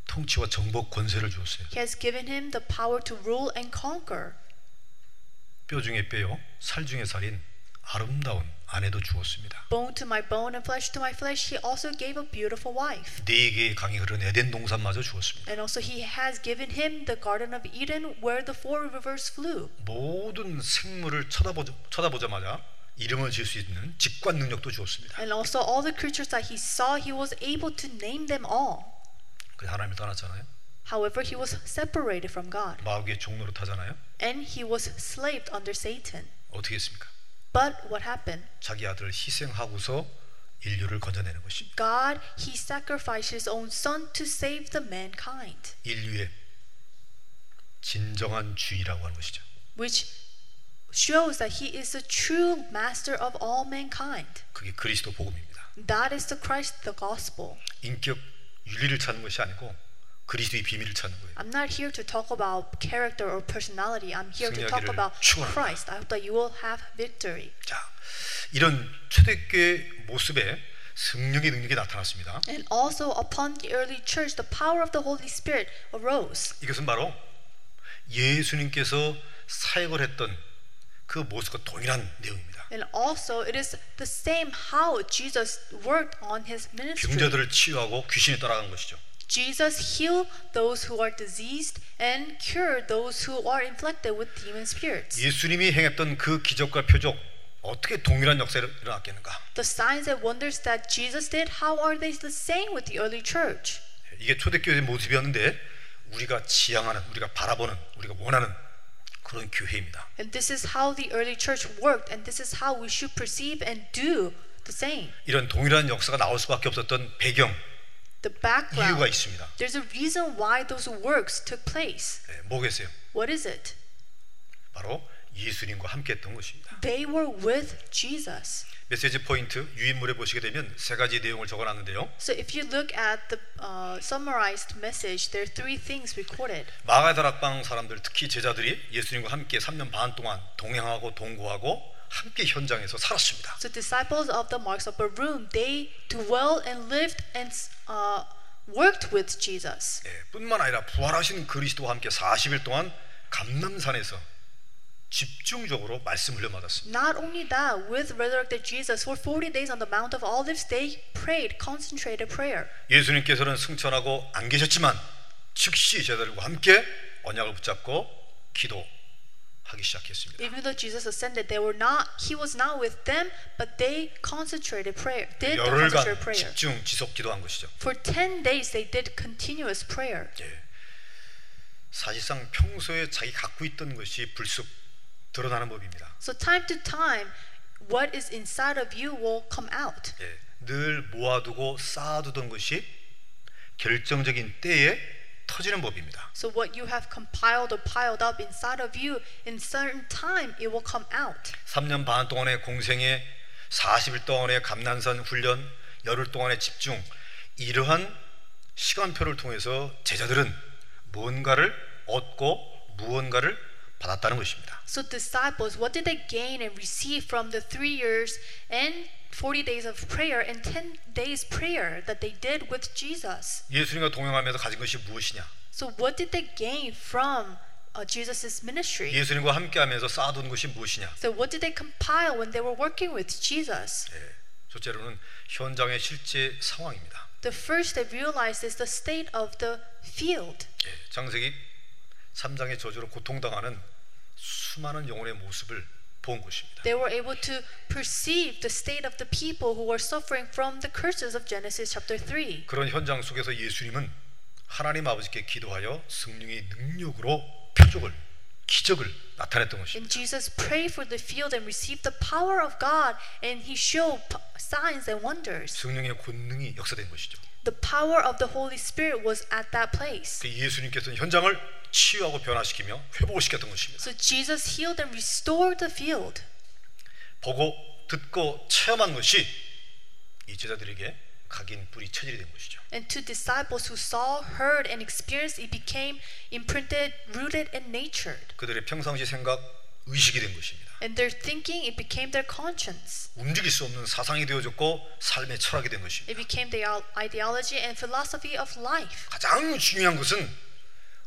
Speaker 1: 통치와 정복 권세를 주었어요.
Speaker 2: He has given him the power to rule and conquer.
Speaker 1: 뼈 중에 뼈요, 살 중에 살인 아름다운 아내도 주었습니다.
Speaker 2: Bone to my bone and flesh to my flesh, he also gave a beautiful wife.
Speaker 1: 네 개의 강이 흐른 에덴 동산마저 주었습니다.
Speaker 2: And also, he has given him the Garden of Eden where the four rivers flew.
Speaker 1: 모든 생물을 쳐다보자, 쳐다보자마자 이름을 지을 수 있는 직관 능력도 주었습니다.
Speaker 2: And also, all the creatures that he saw, he was able to name them all.
Speaker 1: 그 하나님을 떠났잖아요.
Speaker 2: However, he was separated from God.
Speaker 1: 마귀의 종로로 타잖아요.
Speaker 2: and he was slaved under Satan.
Speaker 1: 어떻게 했습니까?
Speaker 2: But what happened?
Speaker 1: 자기 아들을 희생하고서 인류를 건져내는 것입니다.
Speaker 2: God, he sacrificed his own son to save the mankind,
Speaker 1: 인류의 진정한 주의라고 하는 것이죠.
Speaker 2: which shows that he is the true master of all mankind.
Speaker 1: 그게 그리스도 복음입니다.
Speaker 2: That is the Christ, the gospel.
Speaker 1: 인격 윤리를 찾는 것이 아니고 그리스도의 비밀을 찾는 거예요.
Speaker 2: I'm not here to talk about character or personality. I'm here to talk
Speaker 1: 승리하기를
Speaker 2: about
Speaker 1: 축원합니다.
Speaker 2: Christ. I hope that you will have victory.
Speaker 1: 자, 이런 초대교회 모습에 성령의 능력이 나타났습니다.
Speaker 2: And also upon the early church, the power of the Holy Spirit arose.
Speaker 1: 이것은 바로 예수님께서 사역을 했던 그 모습과 동일한 내용입니다.
Speaker 2: And also, it is the same how Jesus worked on his ministry.
Speaker 1: 병자들을 치유하고 귀신이 따라간 것이죠.
Speaker 2: Jesus healed those who are diseased and cured those who are inflected with demon spirits.
Speaker 1: 예수님이 행했던 그 기적과 표적 어떻게 동일한 역사를 일어났겠는가?
Speaker 2: The signs and wonders that Jesus did, how are they the same with the early church?
Speaker 1: 이게 초대교회의 모습이었는데 우리가 지향하는, 우리가 바라보는, 우리가 원하는 그런 교회입니다.
Speaker 2: And this is how the early church worked, and this is how we should perceive and do the same.
Speaker 1: 이런 동일한 역사가 나올 수밖에 없었던 배경
Speaker 2: The
Speaker 1: 이유가
Speaker 2: background.
Speaker 1: 있습니다.
Speaker 2: There's a reason why those works took place.
Speaker 1: 예, 뭐겠어요?
Speaker 2: What is it?
Speaker 1: 바로 예수님과 함께했던 것입니다.
Speaker 2: They were with Jesus.
Speaker 1: 메시지 포인트 유인물에 보시게 되면 세 가지 내용을 적어놨는데요.
Speaker 2: So if you look at the uh, summarized message, there are three things recorded.
Speaker 1: 마가다락방 사람들 특히 제자들이 예수님과 함께 3년 반 동안 동행하고 동거하고 함께 현장에서 살았습니다.
Speaker 2: So disciples of the Marks Upper Room, they dwelled and lived and uh, worked with Jesus.
Speaker 1: 예, 뿐만 아니라 부활하신 그리스도와 함께 40일 동안 감남산에서 집중적으로 말씀을 흘려받았습니다.
Speaker 2: Not only that, with resurrected Jesus, for 40 days on the Mount of Olives, they prayed concentrated prayer.
Speaker 1: 예수님께서는 승천하고 안 계셨지만 즉시 제자들과 함께 언약을 붙잡고 기도하기 시작했습니다.
Speaker 2: Even though Jesus ascended, they were not. He was not with them, but they concentrated prayer. Did the concentrated
Speaker 1: 열흘간
Speaker 2: prayer
Speaker 1: 집중 지속 기도한 것이죠.
Speaker 2: for 10 days? They did continuous prayer.
Speaker 1: 예. 사실상 평소에 자기 갖고 있던 것이 불쑥 드러나는 법입니다.
Speaker 2: So time to time, what is inside of you will come out.
Speaker 1: 예. 늘 모아두고 쌓아두던 것이 결정적인 때에 터지는 법입니다.
Speaker 2: So what you have compiled or piled up inside of you, in certain time it will come out.
Speaker 1: 3년 반 동안의 공생에 40일 동안의 감난산 훈련, 열흘 동안의 집중 이러한 시간표를 통해서 제자들은 뭔가를 얻고 무언가를 받았다는 것입니다.
Speaker 2: So disciples, what did they gain and receive from the three years and 40 days of prayer and 10 days prayer that they did with Jesus?
Speaker 1: 예수님과 동행하면서 가진 것이 무엇이냐?
Speaker 2: So what did they gain from uh, Jesus' ministry?
Speaker 1: 예수님과 함께하면서 쌓아둔 것이 무엇이냐?
Speaker 2: So what did they compile when they were working with Jesus?
Speaker 1: 예, 첫째로는 현장의 실제 상황입니다.
Speaker 2: The first they realized is the state of the field.
Speaker 1: 예, 창세기 3장의 저주로 고통당하는 수많은 영혼의 모습을 본 것입니다.
Speaker 2: They were able to perceive the state of the people who were suffering from the curses of Genesis chapter 3.
Speaker 1: 그런 현장 속에서 예수님은 하나님 아버지께 기도하여 성령의 능력으로 표적을 기적을 나타냈던 것입니다.
Speaker 2: And Jesus prayed for the field and received the power of God, and he showed p- signs and wonders.
Speaker 1: 성령의 권능이 역사된 것이죠.
Speaker 2: The power of the Holy Spirit was at that place.
Speaker 1: 그 예수님께서는 현장을 치유하고 변화시키며 회복시켰던 것입니다.
Speaker 2: So Jesus healed and restored the field.
Speaker 1: 보고 듣고 체험한 것이 이 제자들에게 각인 뿌리 체질이 된 것이죠.
Speaker 2: And to disciples who saw, heard, and experienced, it became imprinted, rooted, and natured.
Speaker 1: 그들의 평상시 생각 의식이 된 것입니다.
Speaker 2: And their thinking, it became their conscience.
Speaker 1: 움직일 수 없는 사상이 되어졌고 삶의 철학이 된 것입니다.
Speaker 2: It became their ideology and philosophy of life.
Speaker 1: 가장 중요한 것은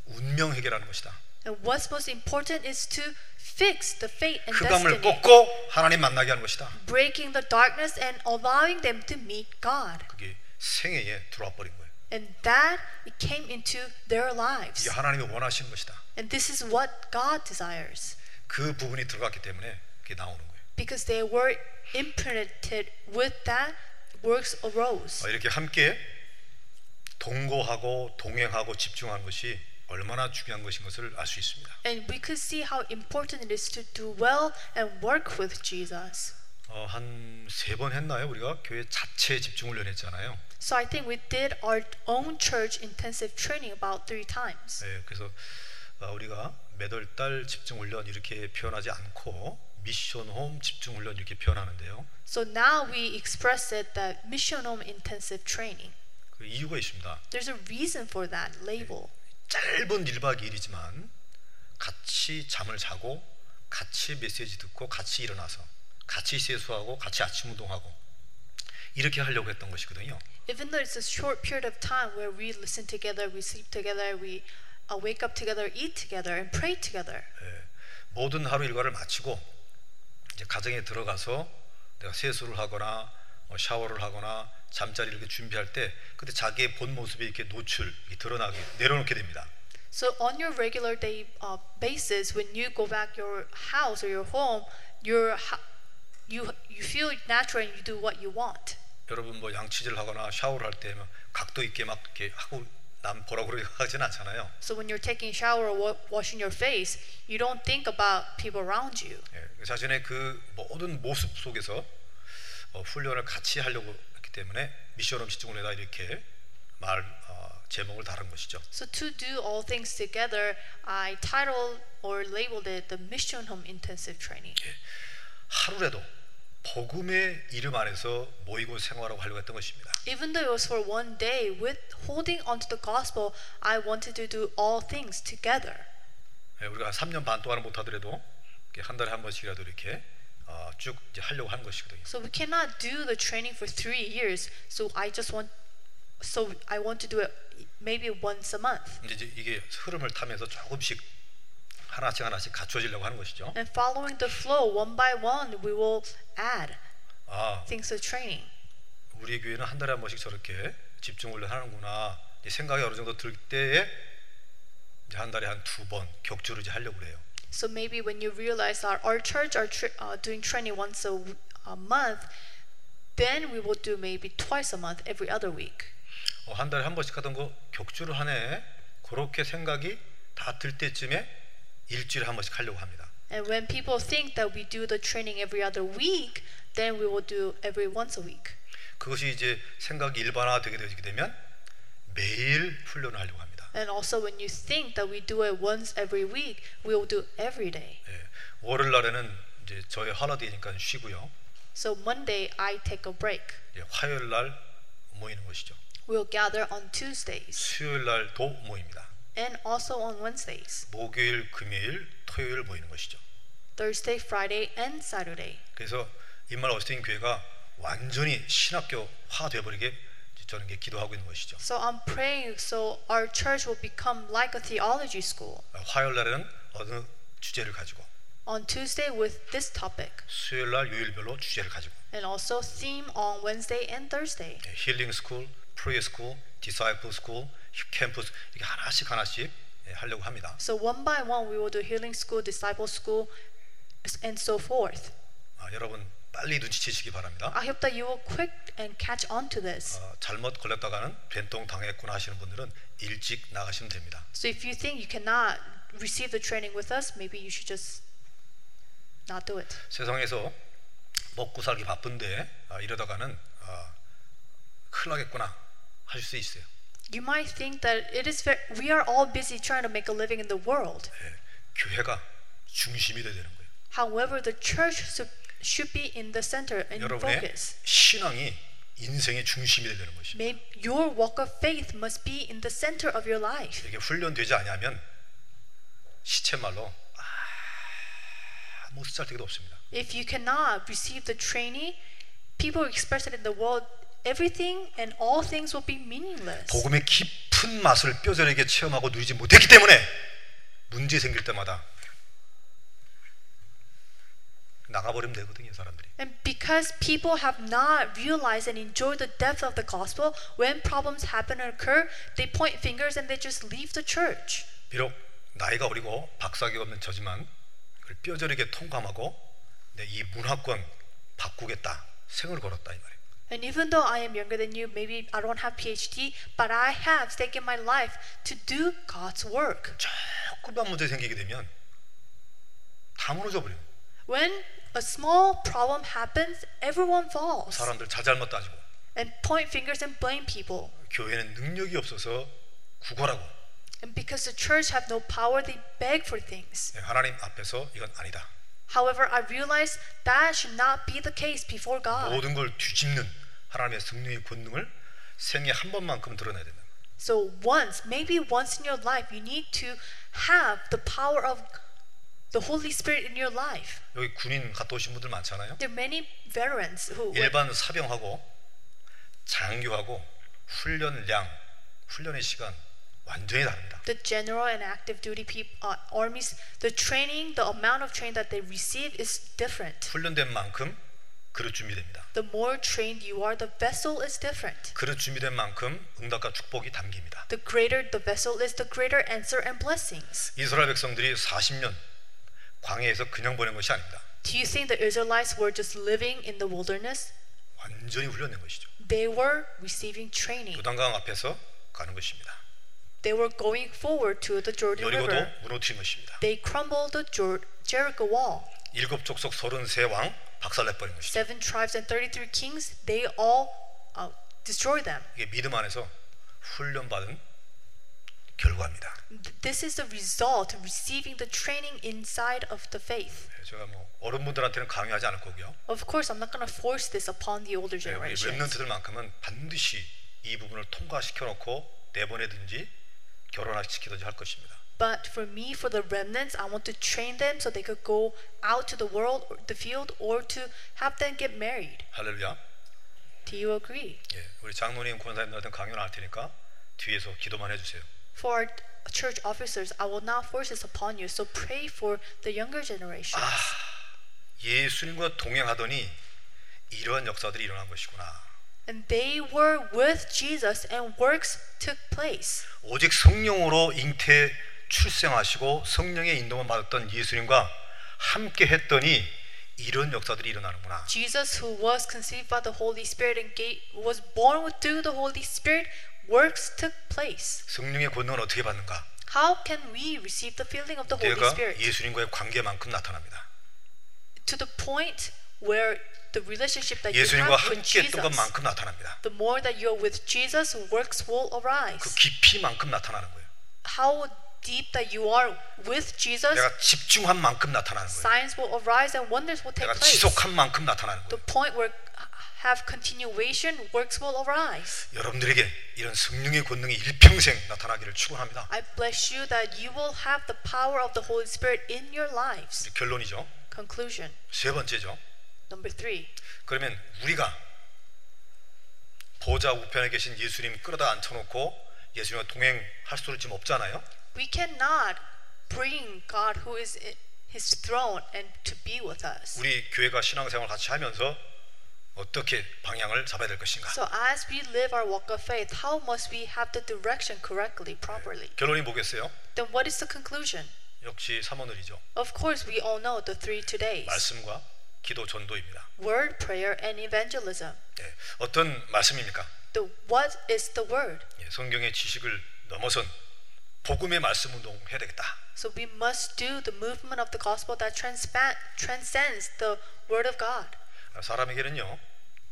Speaker 1: 운명 해결하는 것이다.
Speaker 2: And what's most important is to fix the fate and
Speaker 1: 흑암을
Speaker 2: destiny.
Speaker 1: 꺾고 하나님 만나게 하는 것이다.
Speaker 2: breaking the darkness and allowing them to meet God.
Speaker 1: 그게 생애에 들어와 버린 거예요.
Speaker 2: And that it came into their lives.
Speaker 1: 이게 하나님이 원하시는 것이다.
Speaker 2: And this is what God desires
Speaker 1: 그 부분이 들어갔기 때문에 그게 나오는 거예요.
Speaker 2: because they were imprinted with that works arose.
Speaker 1: 어, 이렇게 함께 동거하고 동행하고 집중하는 것이 얼마나 중요한 것인 것을 알 수 있습니다.
Speaker 2: And we could see how important it is to do well and work with Jesus.
Speaker 1: 어, 한 세 번 했나요? 우리가 교회 자체 집중 훈련했잖아요.
Speaker 2: So I think we did our own church intensive training about three times.
Speaker 1: 네, 그래서 어, 우리가 매달 달 집중 훈련 이렇게 표현하지 않고 미션 홈 집중 훈련 이렇게 표현하는데요.
Speaker 2: So now we express it that mission home intensive training.
Speaker 1: 그 이유가 있습니다.
Speaker 2: There's a reason for that label.
Speaker 1: 짧은 1박 2일이지만 같이 잠을 자고 같이 메시지 듣고 같이 일어나서 같이 세수하고 같이 아침 운동하고 이렇게 하려고 했던 것이거든요.
Speaker 2: even though it's a short period of time where we listen together, we sleep together, we uh, wake up together, eat together, and pray together.
Speaker 1: 예, 모든 하루 일과를 마치고 이제 가정에 들어가서 내가 세수를 하거나 어, 샤워를 하거나 잠자리를 이렇게 준비할 때 그때 자기의 본 모습이 이렇게 노출, 이렇게 드러나게 내려놓게 됩니다.
Speaker 2: So on your regular day uh, basis, when you go back your house or your home, your ho- you you feel natural and you do what you want.
Speaker 1: 여러분 뭐 양치질 하거나 샤워를 할 때뭐 각도 있게 막 이렇게 하고 남 보라 그러고 [LAUGHS] 하진 않잖아요.
Speaker 2: So when you're taking a shower or wa- washing your face, you don't think about people around you.
Speaker 1: 예, 자신의 그 모든 모습 속에서 어, 훈련을 같이 하려고 했기 때문에 미션홈 시청에다 이렇게 말 어, 제목을 달은 것이죠.
Speaker 2: So to do all things together, I titled or labeled it the Mission Home Intensive Training.
Speaker 1: 하루라도 복음의 이름 안에서 모이고 생활하고 하려고 했던 것입니다.
Speaker 2: Even though it was for one day, with holding onto the gospel, I wanted to do all things together.
Speaker 1: 예, 우리가 3년 반 동안은 못하더라도 이렇게 한 달에 한 번씩이라도 이렇게 어, 쭉 이제 하려고 하는 것이거든요.
Speaker 2: So we cannot do the training for three years. So I just want, so I want to do it maybe once a month.
Speaker 1: 이제 이제 이게 흐름을 타면서 조금씩 하나씩 하나씩 갖춰지려고 하는 것이죠.
Speaker 2: And following the flow, one by one, we will add
Speaker 1: 아,
Speaker 2: things to training.
Speaker 1: 우리 교회는 한 달에 한 번씩 저렇게 집중 훈련 하는구나 이제 생각이 어느 정도 들 때에 이제 한 달에 한 두 번 격주로 이제 하려고 그래요.
Speaker 2: So maybe when you realize that our church are tra- uh, doing training once a, w- a month, then we will do maybe twice a month every other week.
Speaker 1: 어, 한 달에 한 번씩 하던 거 격주로 하네. 그렇게 생각이 다 들 때쯤에 일주일에 한 번씩 하려고 합니다.
Speaker 2: And when people think that we do the training every other week, then we will do every once a week.
Speaker 1: 그것이 이제 생각이 일반화되게 되게 되면 매일 훈련을 하려고 합니다.
Speaker 2: And also, when you think that we do it once every week, we will do every day.
Speaker 1: 예, 월요일 날에는 이제 저의 하나데이니까 쉬고요.
Speaker 2: So Monday, I take a break.
Speaker 1: 이제 화요일 날 모이는 것이죠.
Speaker 2: We'll gather on Tuesdays
Speaker 1: 수요일 날도 모입니다.
Speaker 2: and also on Wednesdays,
Speaker 1: 목요일, 금요일, 토요일 모이는 것이죠.
Speaker 2: Thursday, Friday, and Saturday.
Speaker 1: 그래서 인말 어스틴 교회가 완전히 신학교화 돼버리게 저는 이게 기도하고 있는 것이죠.
Speaker 2: So I'm praying so our church will become like a theology school
Speaker 1: 화요일 날에는 어느 주제를 가지고
Speaker 2: on Tuesday with this topic
Speaker 1: 수요일 날 요일별로 주제를 가지고
Speaker 2: and also theme on Wednesday and Thursday.
Speaker 1: 예, 힐링 스쿨, 프레이 스쿨, 디사이플 스쿨, 캠프스 이렇게 하나씩 하나씩 예, 하려고 합니다.
Speaker 2: So one by one, we will do healing school, disciple school, s- and so forth.
Speaker 1: 아, 여러분 빨리 눈치채시기 바랍니다.
Speaker 2: I hope that you will quick and catch on to this.
Speaker 1: 어, 잘못 걸렸다가는 변통 당했구나 하시는 분들은 일찍 나가시면 됩니다.
Speaker 2: So if you think you cannot receive the training with us, maybe you should just not do it.
Speaker 1: 세상에서 먹고 살기 바쁜데 아, 이러다가는 아, 큰일 나겠구나 하실 수 있어요.
Speaker 2: You might think that it is ver- we are all busy trying to make a living in the world.
Speaker 1: 예, 교회가 중심이 돼야 되는 거예요.
Speaker 2: However, the church should, should be in the center and
Speaker 1: 여러분의
Speaker 2: focus.
Speaker 1: 신앙이 인생의 중심이 돼야 되는 것이죠.
Speaker 2: May your walk of faith must be in the center of your life.
Speaker 1: 이게 훈련되지 않으면 시체말로 아무 쓰잘데기도 없습니다.
Speaker 2: If you cannot receive the training, people express it in the world. Everything and all things will be meaningless.
Speaker 1: 복음의 깊은 맛을 뼈저리게 체험하고 누리지 못했기 때문에 문제 생길 때마다 나가버리면 되거든요, 사람들이.
Speaker 2: And because people have not realized and enjoyed the depth of the gospel, when problems happen and occur, they point fingers and they just leave the church.
Speaker 1: 비록 나이가 어리고 박사기 없는 저지만 그걸 뼈저리게 통감하고 내 이 문화권 바꾸겠다 생을 걸었다 이 말이에요.
Speaker 2: And even though I am younger than you, maybe I don't have PhD, but I have taken my life to do God's work.
Speaker 1: 조금만 문제 생기게 되면 다 무너져 버려요.
Speaker 2: When a small problem happens, everyone falls
Speaker 1: 사람들 자잘못 따지고
Speaker 2: and point fingers and blame people.
Speaker 1: 교회는 능력이 없어서 구걸하고
Speaker 2: And because the church have no power, they beg for things.
Speaker 1: 예, 하나님 앞에서 이건 아니다.
Speaker 2: However, I realize that should not be the case before God.
Speaker 1: 모든 걸 뒤집는 하나님의 성령의 권능을 생애 한 번만큼 드러내야 된다.
Speaker 2: So once, maybe once in your life, you need to have the power of the Holy Spirit in your life.
Speaker 1: 여기 군인 갔다 오신 분들 많잖아요.
Speaker 2: There are many veterans who went
Speaker 1: 일반 사병하고 장교하고 훈련량, 훈련의 시간 완전히 다릅니다.
Speaker 2: the general and active duty peop uh, armies, the training, the amount of training that they receive is different.
Speaker 1: 훈련된 만큼 그릇 준비됩니다.
Speaker 2: The more trained you are, the vessel is different.
Speaker 1: 그릇 준비된 만큼 응답과 축복이 담깁니다.
Speaker 2: The greater the vessel is, the greater answer and blessings.
Speaker 1: 이스라엘 백성들이 40년 광야에서 그냥 보낸 것이 아닙니다.
Speaker 2: Do you think the Israelites were just living in the wilderness?
Speaker 1: 완전히 훈련된 것이죠.
Speaker 2: They were receiving training.
Speaker 1: 요단강 앞에서 가는 것입니다.
Speaker 2: They were going forward to the Jordan
Speaker 1: 여리고도
Speaker 2: River.
Speaker 1: 무너뜨린 것입니다.
Speaker 2: They crumbled the Jer- Jericho wall.
Speaker 1: 일곱 족속 33왕 박살내버린 것이죠.
Speaker 2: Seven tribes and 33 kings, they all uh, destroyed them.
Speaker 1: 이게 믿음 안에서 훈련받은 결과입니다.
Speaker 2: Th- This is the result of receiving the training inside of the faith.
Speaker 1: 네, 제가 뭐 어른분들한테는 강요하지 않을 거고요.
Speaker 2: Of course, I'm not going to force this upon the older
Speaker 1: 네, 우리
Speaker 2: generation.
Speaker 1: 랩런트들만큼은 반드시 이 부분을 통과시켜 놓고 내보내든지 결혼시키든지 할 것입니다.
Speaker 2: But for me, for the remnants, I want to train them so they could go out to the world, or the field, or to have them get married.
Speaker 1: 할렐루야.
Speaker 2: Do you agree?
Speaker 1: 예, 우리 장로님 권사님들한테 강요는 할 테니까 뒤에서 기도만 해주세요.
Speaker 2: For our church officers, I will not force this upon you. So pray for the younger generation.
Speaker 1: 예수님과 동행하더니 이러한 역사들이 일어난 것이구나.
Speaker 2: And they were with Jesus, and works took place.
Speaker 1: 오직 성령으로 잉태 출생하시고 성령의 인도만 받았던 예수님과 함께 했더니 이런 역사들이 일어나는구나.
Speaker 2: Jesus, who was conceived by the Holy Spirit and gave, was born with- through the Holy Spirit, works took place.
Speaker 1: 성령의 권능은 어떻게 받는가?
Speaker 2: How can we receive the filling of the Holy
Speaker 1: 내가
Speaker 2: Spirit
Speaker 1: 예수님과의 관계만큼 나타납니다.
Speaker 2: to the point where the relationship that you
Speaker 1: 예수님과 [LAUGHS]
Speaker 2: have with
Speaker 1: 함께 했던
Speaker 2: Jesus,
Speaker 1: 것만큼 나타납니다.
Speaker 2: the more that you're with Jesus, works will
Speaker 1: 그
Speaker 2: arise.
Speaker 1: 깊이만큼 나타나는 거예요.
Speaker 2: How deep that you are with Jesus,
Speaker 1: 내가 집중한 만큼 나타나는 거예요.
Speaker 2: signs will arise and wonders will take
Speaker 1: 내가
Speaker 2: place.
Speaker 1: 지속한 만큼 나타나는
Speaker 2: The
Speaker 1: 거예요.
Speaker 2: point where uh, have continuation, works will arise.
Speaker 1: 여러분들에게 이런 성령의 권능이 일평생 나타나기를 축원합니다.
Speaker 2: I bless you that you will have the power of the Holy Spirit in your lives.
Speaker 1: 이제 결론이죠.
Speaker 2: Conclusion
Speaker 1: 세 번째죠.
Speaker 2: number three.
Speaker 1: 그러면 우리가 보좌 우편에 계신 예수님 끌어다 앉혀놓고 예수님과 동행할 수는 지금 없잖아요.
Speaker 2: We cannot bring God who is in his throne and to be with us.
Speaker 1: 우리 교회가 신앙생활 같이 하면서 어떻게 방향을 잡아야 될 것인가.
Speaker 2: So as we live our walk of faith, how must we have the direction correctly, properly?
Speaker 1: 결론이 뭐겠어요?
Speaker 2: Then what is the conclusion?
Speaker 1: 역시 삼원을이죠.
Speaker 2: Of course, we all know the three todays:
Speaker 1: 말씀과 기도 전도입니다.
Speaker 2: word, prayer, and evangelism.
Speaker 1: 예, 어떤 말씀입니까?
Speaker 2: The what is the word?
Speaker 1: 예, 성경의 지식을 넘어선 복음의 말씀 운동을 해야 되겠다.
Speaker 2: So we must do the movement of the gospel that transpa- transcends the word of God.
Speaker 1: 아, 사람에게는요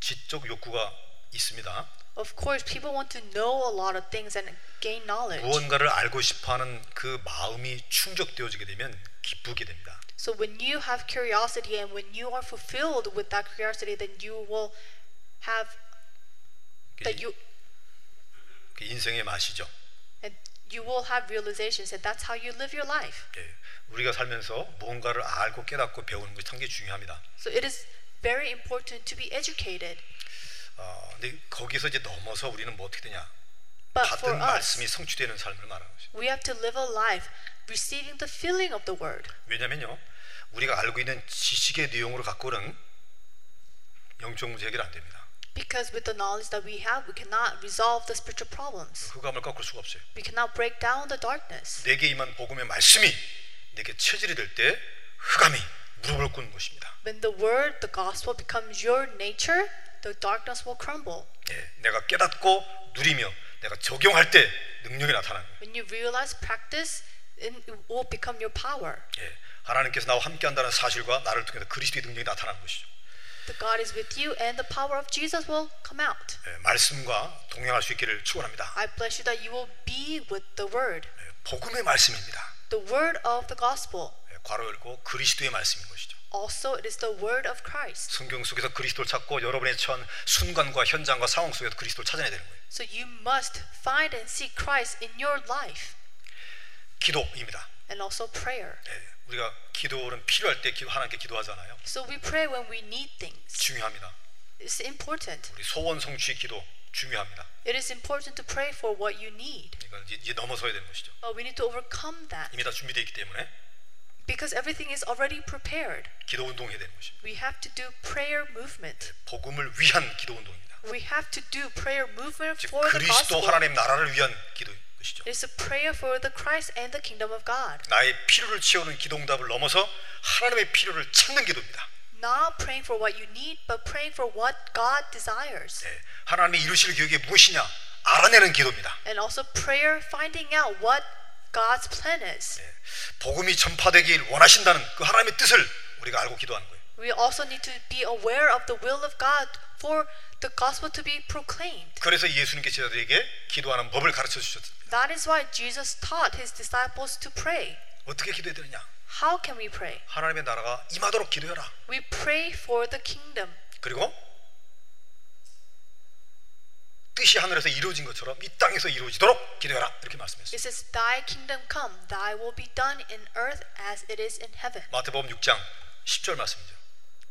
Speaker 1: 지적 욕구가 있습니다.
Speaker 2: Of course, people want to know a lot of things and gain knowledge.
Speaker 1: 무언가를 알고 싶어하는 그 마음이 충족되어지게 되면 기쁘게 됩니다.
Speaker 2: So when you have curiosity and when you are fulfilled with that curiosity, then you will have that you
Speaker 1: 그 인생의 맛이죠.
Speaker 2: and you will have realizations, and that's how you live your life.
Speaker 1: 예, 우리가 살면서 뭔가를 알고 깨닫고 배우는 것이 상당히 중요합니다.
Speaker 2: So it is very important to be educated.
Speaker 1: 어, 근데 거기서 이제 넘어서 우리는 뭐 어떻게 되냐?
Speaker 2: But for
Speaker 1: 받은
Speaker 2: us,
Speaker 1: 말씀이 성취되는 삶을 말하는 것이죠.
Speaker 2: we have to live a life receiving the feeling of the word.
Speaker 1: 왜냐면요, 우리가 알고 있는 지식의 내용으로 갖고는 영적 문제 해결 안 됩니다.
Speaker 2: Because with the knowledge that we have, we cannot resolve the spiritual problems.
Speaker 1: 흑암을 꺾을 수가 없어요.
Speaker 2: We cannot break down the darkness.
Speaker 1: 내게 임한 복음의 말씀이 내게 체질이 될 때 흑암이 무릎을 꿇는 것입니다.
Speaker 2: When the word, the gospel, becomes your nature, the darkness will crumble.
Speaker 1: 예, 내가 깨닫고 누리며 내가 적용할 때 능력이 나타나는 거예요.
Speaker 2: When you realize practice, then it will become your power.
Speaker 1: 예, 하나님께서 나와 함께한다는 사실과 나를 통해서 그리스도의 능력이 나타나는 것이죠.
Speaker 2: The God is with you, and the power of Jesus will come out.
Speaker 1: 예, 말씀과 동행할 수 있기를 축원합니다.
Speaker 2: I bless you that you will be with the word,
Speaker 1: 예, 복음의 말씀입니다.
Speaker 2: the word of the gospel.
Speaker 1: 예, 괄호 열고 그리스도의 말씀인 것이죠.
Speaker 2: Also, it is the word of Christ.
Speaker 1: 성경 속에서 그리스도를 찾고 여러분의 처한 순간과 현장과 상황 속에서 그리스도를 찾아내야 되는 거예요.
Speaker 2: So you must find and seek Christ in your life,
Speaker 1: 기도입니다.
Speaker 2: and also prayer.
Speaker 1: 예, 우리가 기도는 필요할 때 기도- 하나님께 기도하잖아요.
Speaker 2: So we pray when we need things.
Speaker 1: 중요합니다.
Speaker 2: It's important.
Speaker 1: 우리 소원 성취 기도 중요합니다. 그러니까
Speaker 2: It is important to pray for what you need.
Speaker 1: 이걸 이제- 이제 넘어서야 되는 것이죠.
Speaker 2: But we need to overcome that
Speaker 1: 이미 다 준비되어 있기 때문에
Speaker 2: because everything is already prepared.
Speaker 1: 기도 운동해야 되는 것입니다.
Speaker 2: We have to do prayer movement.
Speaker 1: 복음을 위한 기도 운동입니다.
Speaker 2: We have to do prayer movement
Speaker 1: 즉
Speaker 2: for the
Speaker 1: 그리스도
Speaker 2: gospel.
Speaker 1: 하나님 나라를 위한 기도인 것이죠.
Speaker 2: It's a prayer for the Christ and the kingdom of God.
Speaker 1: 나의 필요를 채우는 기도응답을 넘어서 하나님의 필요를 찾는 기도입니다.
Speaker 2: Not praying for what you need, but praying for what God desires.
Speaker 1: 네, 하나님이 이루실 계획이 무엇이냐 알아내는 기도입니다.
Speaker 2: And also prayer finding out what God's plan is.
Speaker 1: 네, 복음이 전파되길 원하신다는 그 하나님의 뜻을 우리가 알고 기도하는 거예요.
Speaker 2: We also need to be aware of the will of God for the gospel to be proclaimed.
Speaker 1: 그래서 예수님께 제자들에게 기도하는 법을 가르쳐 주셨습니다.
Speaker 2: That is why Jesus taught his disciples to pray.
Speaker 1: 어떻게 기도해야 되느냐?
Speaker 2: How can we pray?
Speaker 1: 하나님의 나라가 임하도록 기도해라.
Speaker 2: We pray for the kingdom.
Speaker 1: 그리고 뜻이 하늘에서 이루어진 것처럼 이 땅에서 이루어지도록 기도해라 이렇게 말씀했어요.
Speaker 2: It says, Thy kingdom come, thy will be done in earth as it is in heaven.
Speaker 1: 마태복음 6장 10절 말씀이죠.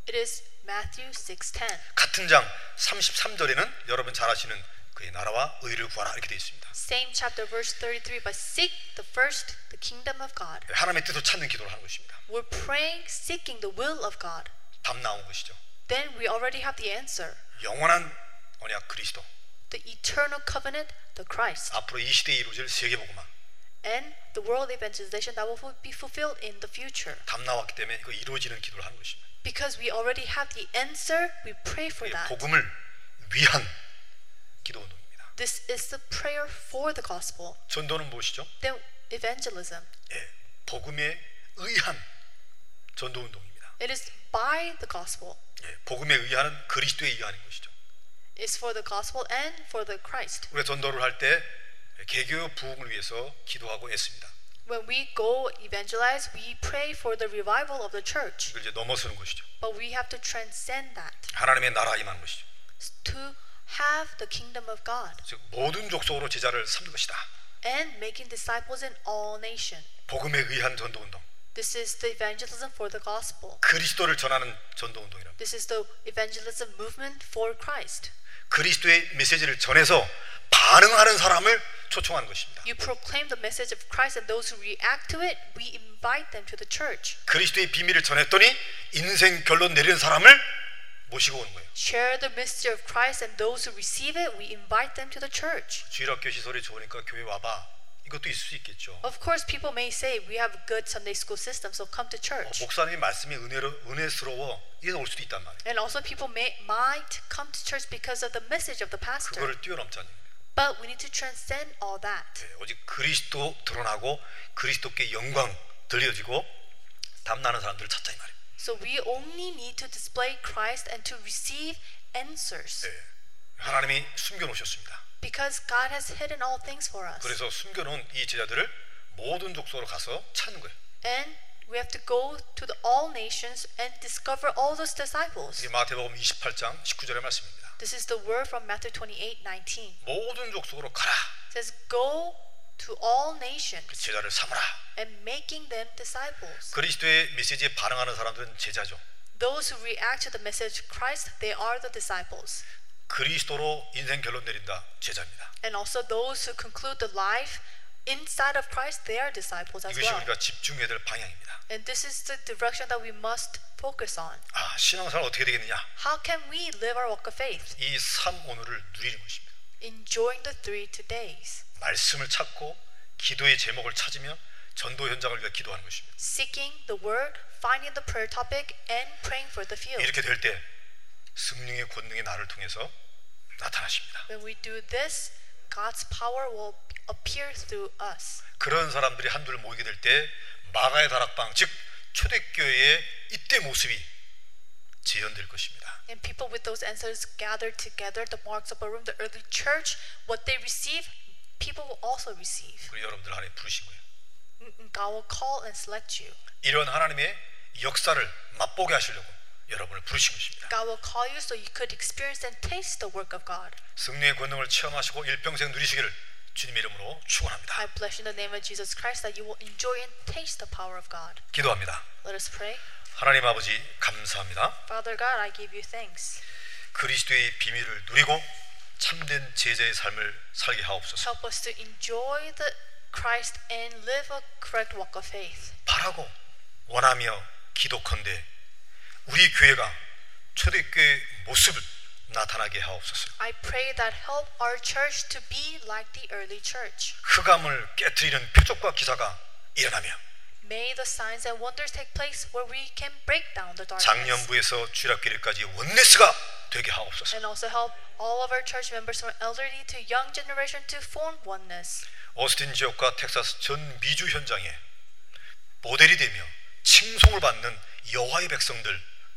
Speaker 2: It is Matthew 6:10.
Speaker 1: 같은 장 33절에는 여러분 잘 아시는 그의 나라와 의를 구하라 이렇게 되어 있습니다.
Speaker 2: Same chapter, verse 33. But seek the first, the kingdom of God.
Speaker 1: 하나님의 뜻을 찾는 기도를 하는 것입니다.
Speaker 2: We're praying, seeking the will of God.
Speaker 1: 답 나온 것이죠.
Speaker 2: Then we already have the answer
Speaker 1: 영원한 언약 그리스도
Speaker 2: the eternal covenant, the Christ,
Speaker 1: 앞으로 이 시대에 이루어질 세계복음화
Speaker 2: and the world evangelization that will be fulfilled in the future.
Speaker 1: 답 나왔기 때문에 그 이루어지는 기도를 하는 것입니다.
Speaker 2: Because we already have the answer, we pray for
Speaker 1: 이게
Speaker 2: that.
Speaker 1: 복음을 위한 기도 운동입니다.
Speaker 2: This is the prayer for the gospel.
Speaker 1: 전도는 무엇이죠?
Speaker 2: Then evangelism.
Speaker 1: 예, 복음에 의한 전도 운동입니다.
Speaker 2: It is by the gospel.
Speaker 1: 예, 복음에 의하는 그리스도에 의하는 것이죠.
Speaker 2: It's for the gospel and for the Christ.
Speaker 1: 우리가 전도를 할 때 개교 부흥을 위해서 기도하고 애씁니다.
Speaker 2: When we go evangelize, we pray for the revival of the church.
Speaker 1: 이걸 이제 넘어서는 것이죠.
Speaker 2: But we have to transcend that.
Speaker 1: 하나님의 나라 임하는 것이죠.
Speaker 2: to have the kingdom of God
Speaker 1: 즉 모든 족속으로 제자를 삼는 것이다.
Speaker 2: and making disciples in all nations.
Speaker 1: 복음에 의한 전도 운동.
Speaker 2: This is the evangelism for the gospel.
Speaker 1: 그리스도를 전하는 전도 운동이랍니다.
Speaker 2: This is the evangelism movement for Christ.
Speaker 1: 그리스도의 메시지를 전해서 반응하는 사람을 초청하는 것입니다.
Speaker 2: You proclaim the message of Christ, and those who react to it, we invite them to the church.
Speaker 1: 그리스도의 비밀을 전했더니 인생 결론 내리는 사람을 모시고 오는 거예요.
Speaker 2: Share the mystery of Christ, and those who receive it, we invite them to the church.
Speaker 1: 주일학교 시설이 좋으니까 교회 와봐. 이것도 있을 수 있겠죠.
Speaker 2: Of course, people may say we have a good Sunday school system, so come to
Speaker 1: 어,
Speaker 2: church.
Speaker 1: 목사님의 말씀이 은혜로, 은혜스러워 이게 올 수도 있단 말이에요.
Speaker 2: And also, people may might come to church because of the message of the pastor.
Speaker 1: 그거를 뛰어넘자니
Speaker 2: But we need to transcend all that.
Speaker 1: 네, 오직 그리스도 드러나고 그리스도께 영광 들려지고 담나는 사람들을 찾자 이 말이에요.
Speaker 2: So we only need to display Christ and to receive answers
Speaker 1: 네, 하나님이 숨겨놓으셨습니다.
Speaker 2: because God has hidden all things for us.
Speaker 1: 그래서 숨겨놓은 이 제자들을 모든 족속으로 가서 찾는 거예요.
Speaker 2: And we have to go to the all nations and discover all those disciples.
Speaker 1: 이게 마태복음 28장 19절의 말씀입니다.
Speaker 2: This is the word from Matthew 28 19. It
Speaker 1: 모든 족속으로 가라.
Speaker 2: says, Go to all nations
Speaker 1: 그 제자를 삼으라.
Speaker 2: and making them disciples.
Speaker 1: 그리스도의 메시지에 반응하는 사람들은 제자죠.
Speaker 2: Those who react to the message of Christ, they are the disciples.
Speaker 1: 그리스도로 인생 결론 내린다. 제자입니다.
Speaker 2: And also those who conclude the life inside of Christ, they are disciples as
Speaker 1: 이것이
Speaker 2: well.
Speaker 1: 우리가 집중해야 될 방향입니다.
Speaker 2: And this is the direction that we must focus on.
Speaker 1: 아, 신앙생활 어떻게 되겠느냐?
Speaker 2: How can we live our walk of faith?
Speaker 1: 이 삼오늘을 누리는 것입니다.
Speaker 2: Enjoying the three todays,
Speaker 1: 말씀을 찾고 기도의 제목을 찾으며 전도 현장을 위해 기도하는 것입니다.
Speaker 2: seeking the word, finding the prayer topic, and praying for the field.
Speaker 1: 이렇게 될 때 성령의 권능이 나를 통해서 나타나십니다.
Speaker 2: When we do this, God's power will appear through us.
Speaker 1: 그런 사람들이 한둘 모이게 될 때 마가의 다락방 즉 초대교회의 이때 모습이 재현될 것입니다.
Speaker 2: And people with those answers gathered together, the marks of a room, the early church, what they receive, people will also receive.
Speaker 1: 그리고 여러분들 안에 부르신 거예요.
Speaker 2: And God will call and select you.
Speaker 1: 이런 하나님의 역사를 맛보게 하시려고 여러분을 부르신 것입니다.
Speaker 2: God will call you so you could experience and taste the work of God.
Speaker 1: 승리의 권능을 체험하시고 일평생 누리시기를 주님의 이름으로 축원합니다.
Speaker 2: I bless you in the name of Jesus Christ that you will enjoy and taste the power of God.
Speaker 1: 기도합니다.
Speaker 2: Let us pray.
Speaker 1: 하나님 아버지 감사합니다.
Speaker 2: Father God, I give you thanks.
Speaker 1: 그리스도의 비밀을 누리고 참된 제자의 삶을 살게 하옵소서.
Speaker 2: Help us to enjoy the Christ and live a correct walk of faith.
Speaker 1: 바라고 원하며 기도컨대 우리 교회가 초대교회 모습을 나타나게 하옵소서.
Speaker 2: I pray that help our church to be like the early church.
Speaker 1: 흑암을 깨뜨리는 표적과 기사가 일어나며
Speaker 2: May the signs and wonders take place where we can break down the darkness.
Speaker 1: 장년부에서 주락기를까지 원네스가 되게 하옵소서.
Speaker 2: And also help all of our church members from elderly to young generation to form oneness.
Speaker 1: 오스틴 지역과 텍사스 전 미주 현장에 모델이 되며 칭송을 받는 여호와의 백성들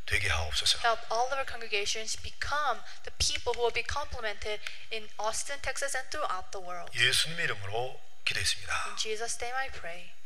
Speaker 1: 되게 하옵소서.
Speaker 2: Help all of our congregations become the people who will be complimented in Austin, Texas, and throughout the world.
Speaker 1: 예수님의 이름으로 기도했습니다.
Speaker 2: In Jesus' name I pray.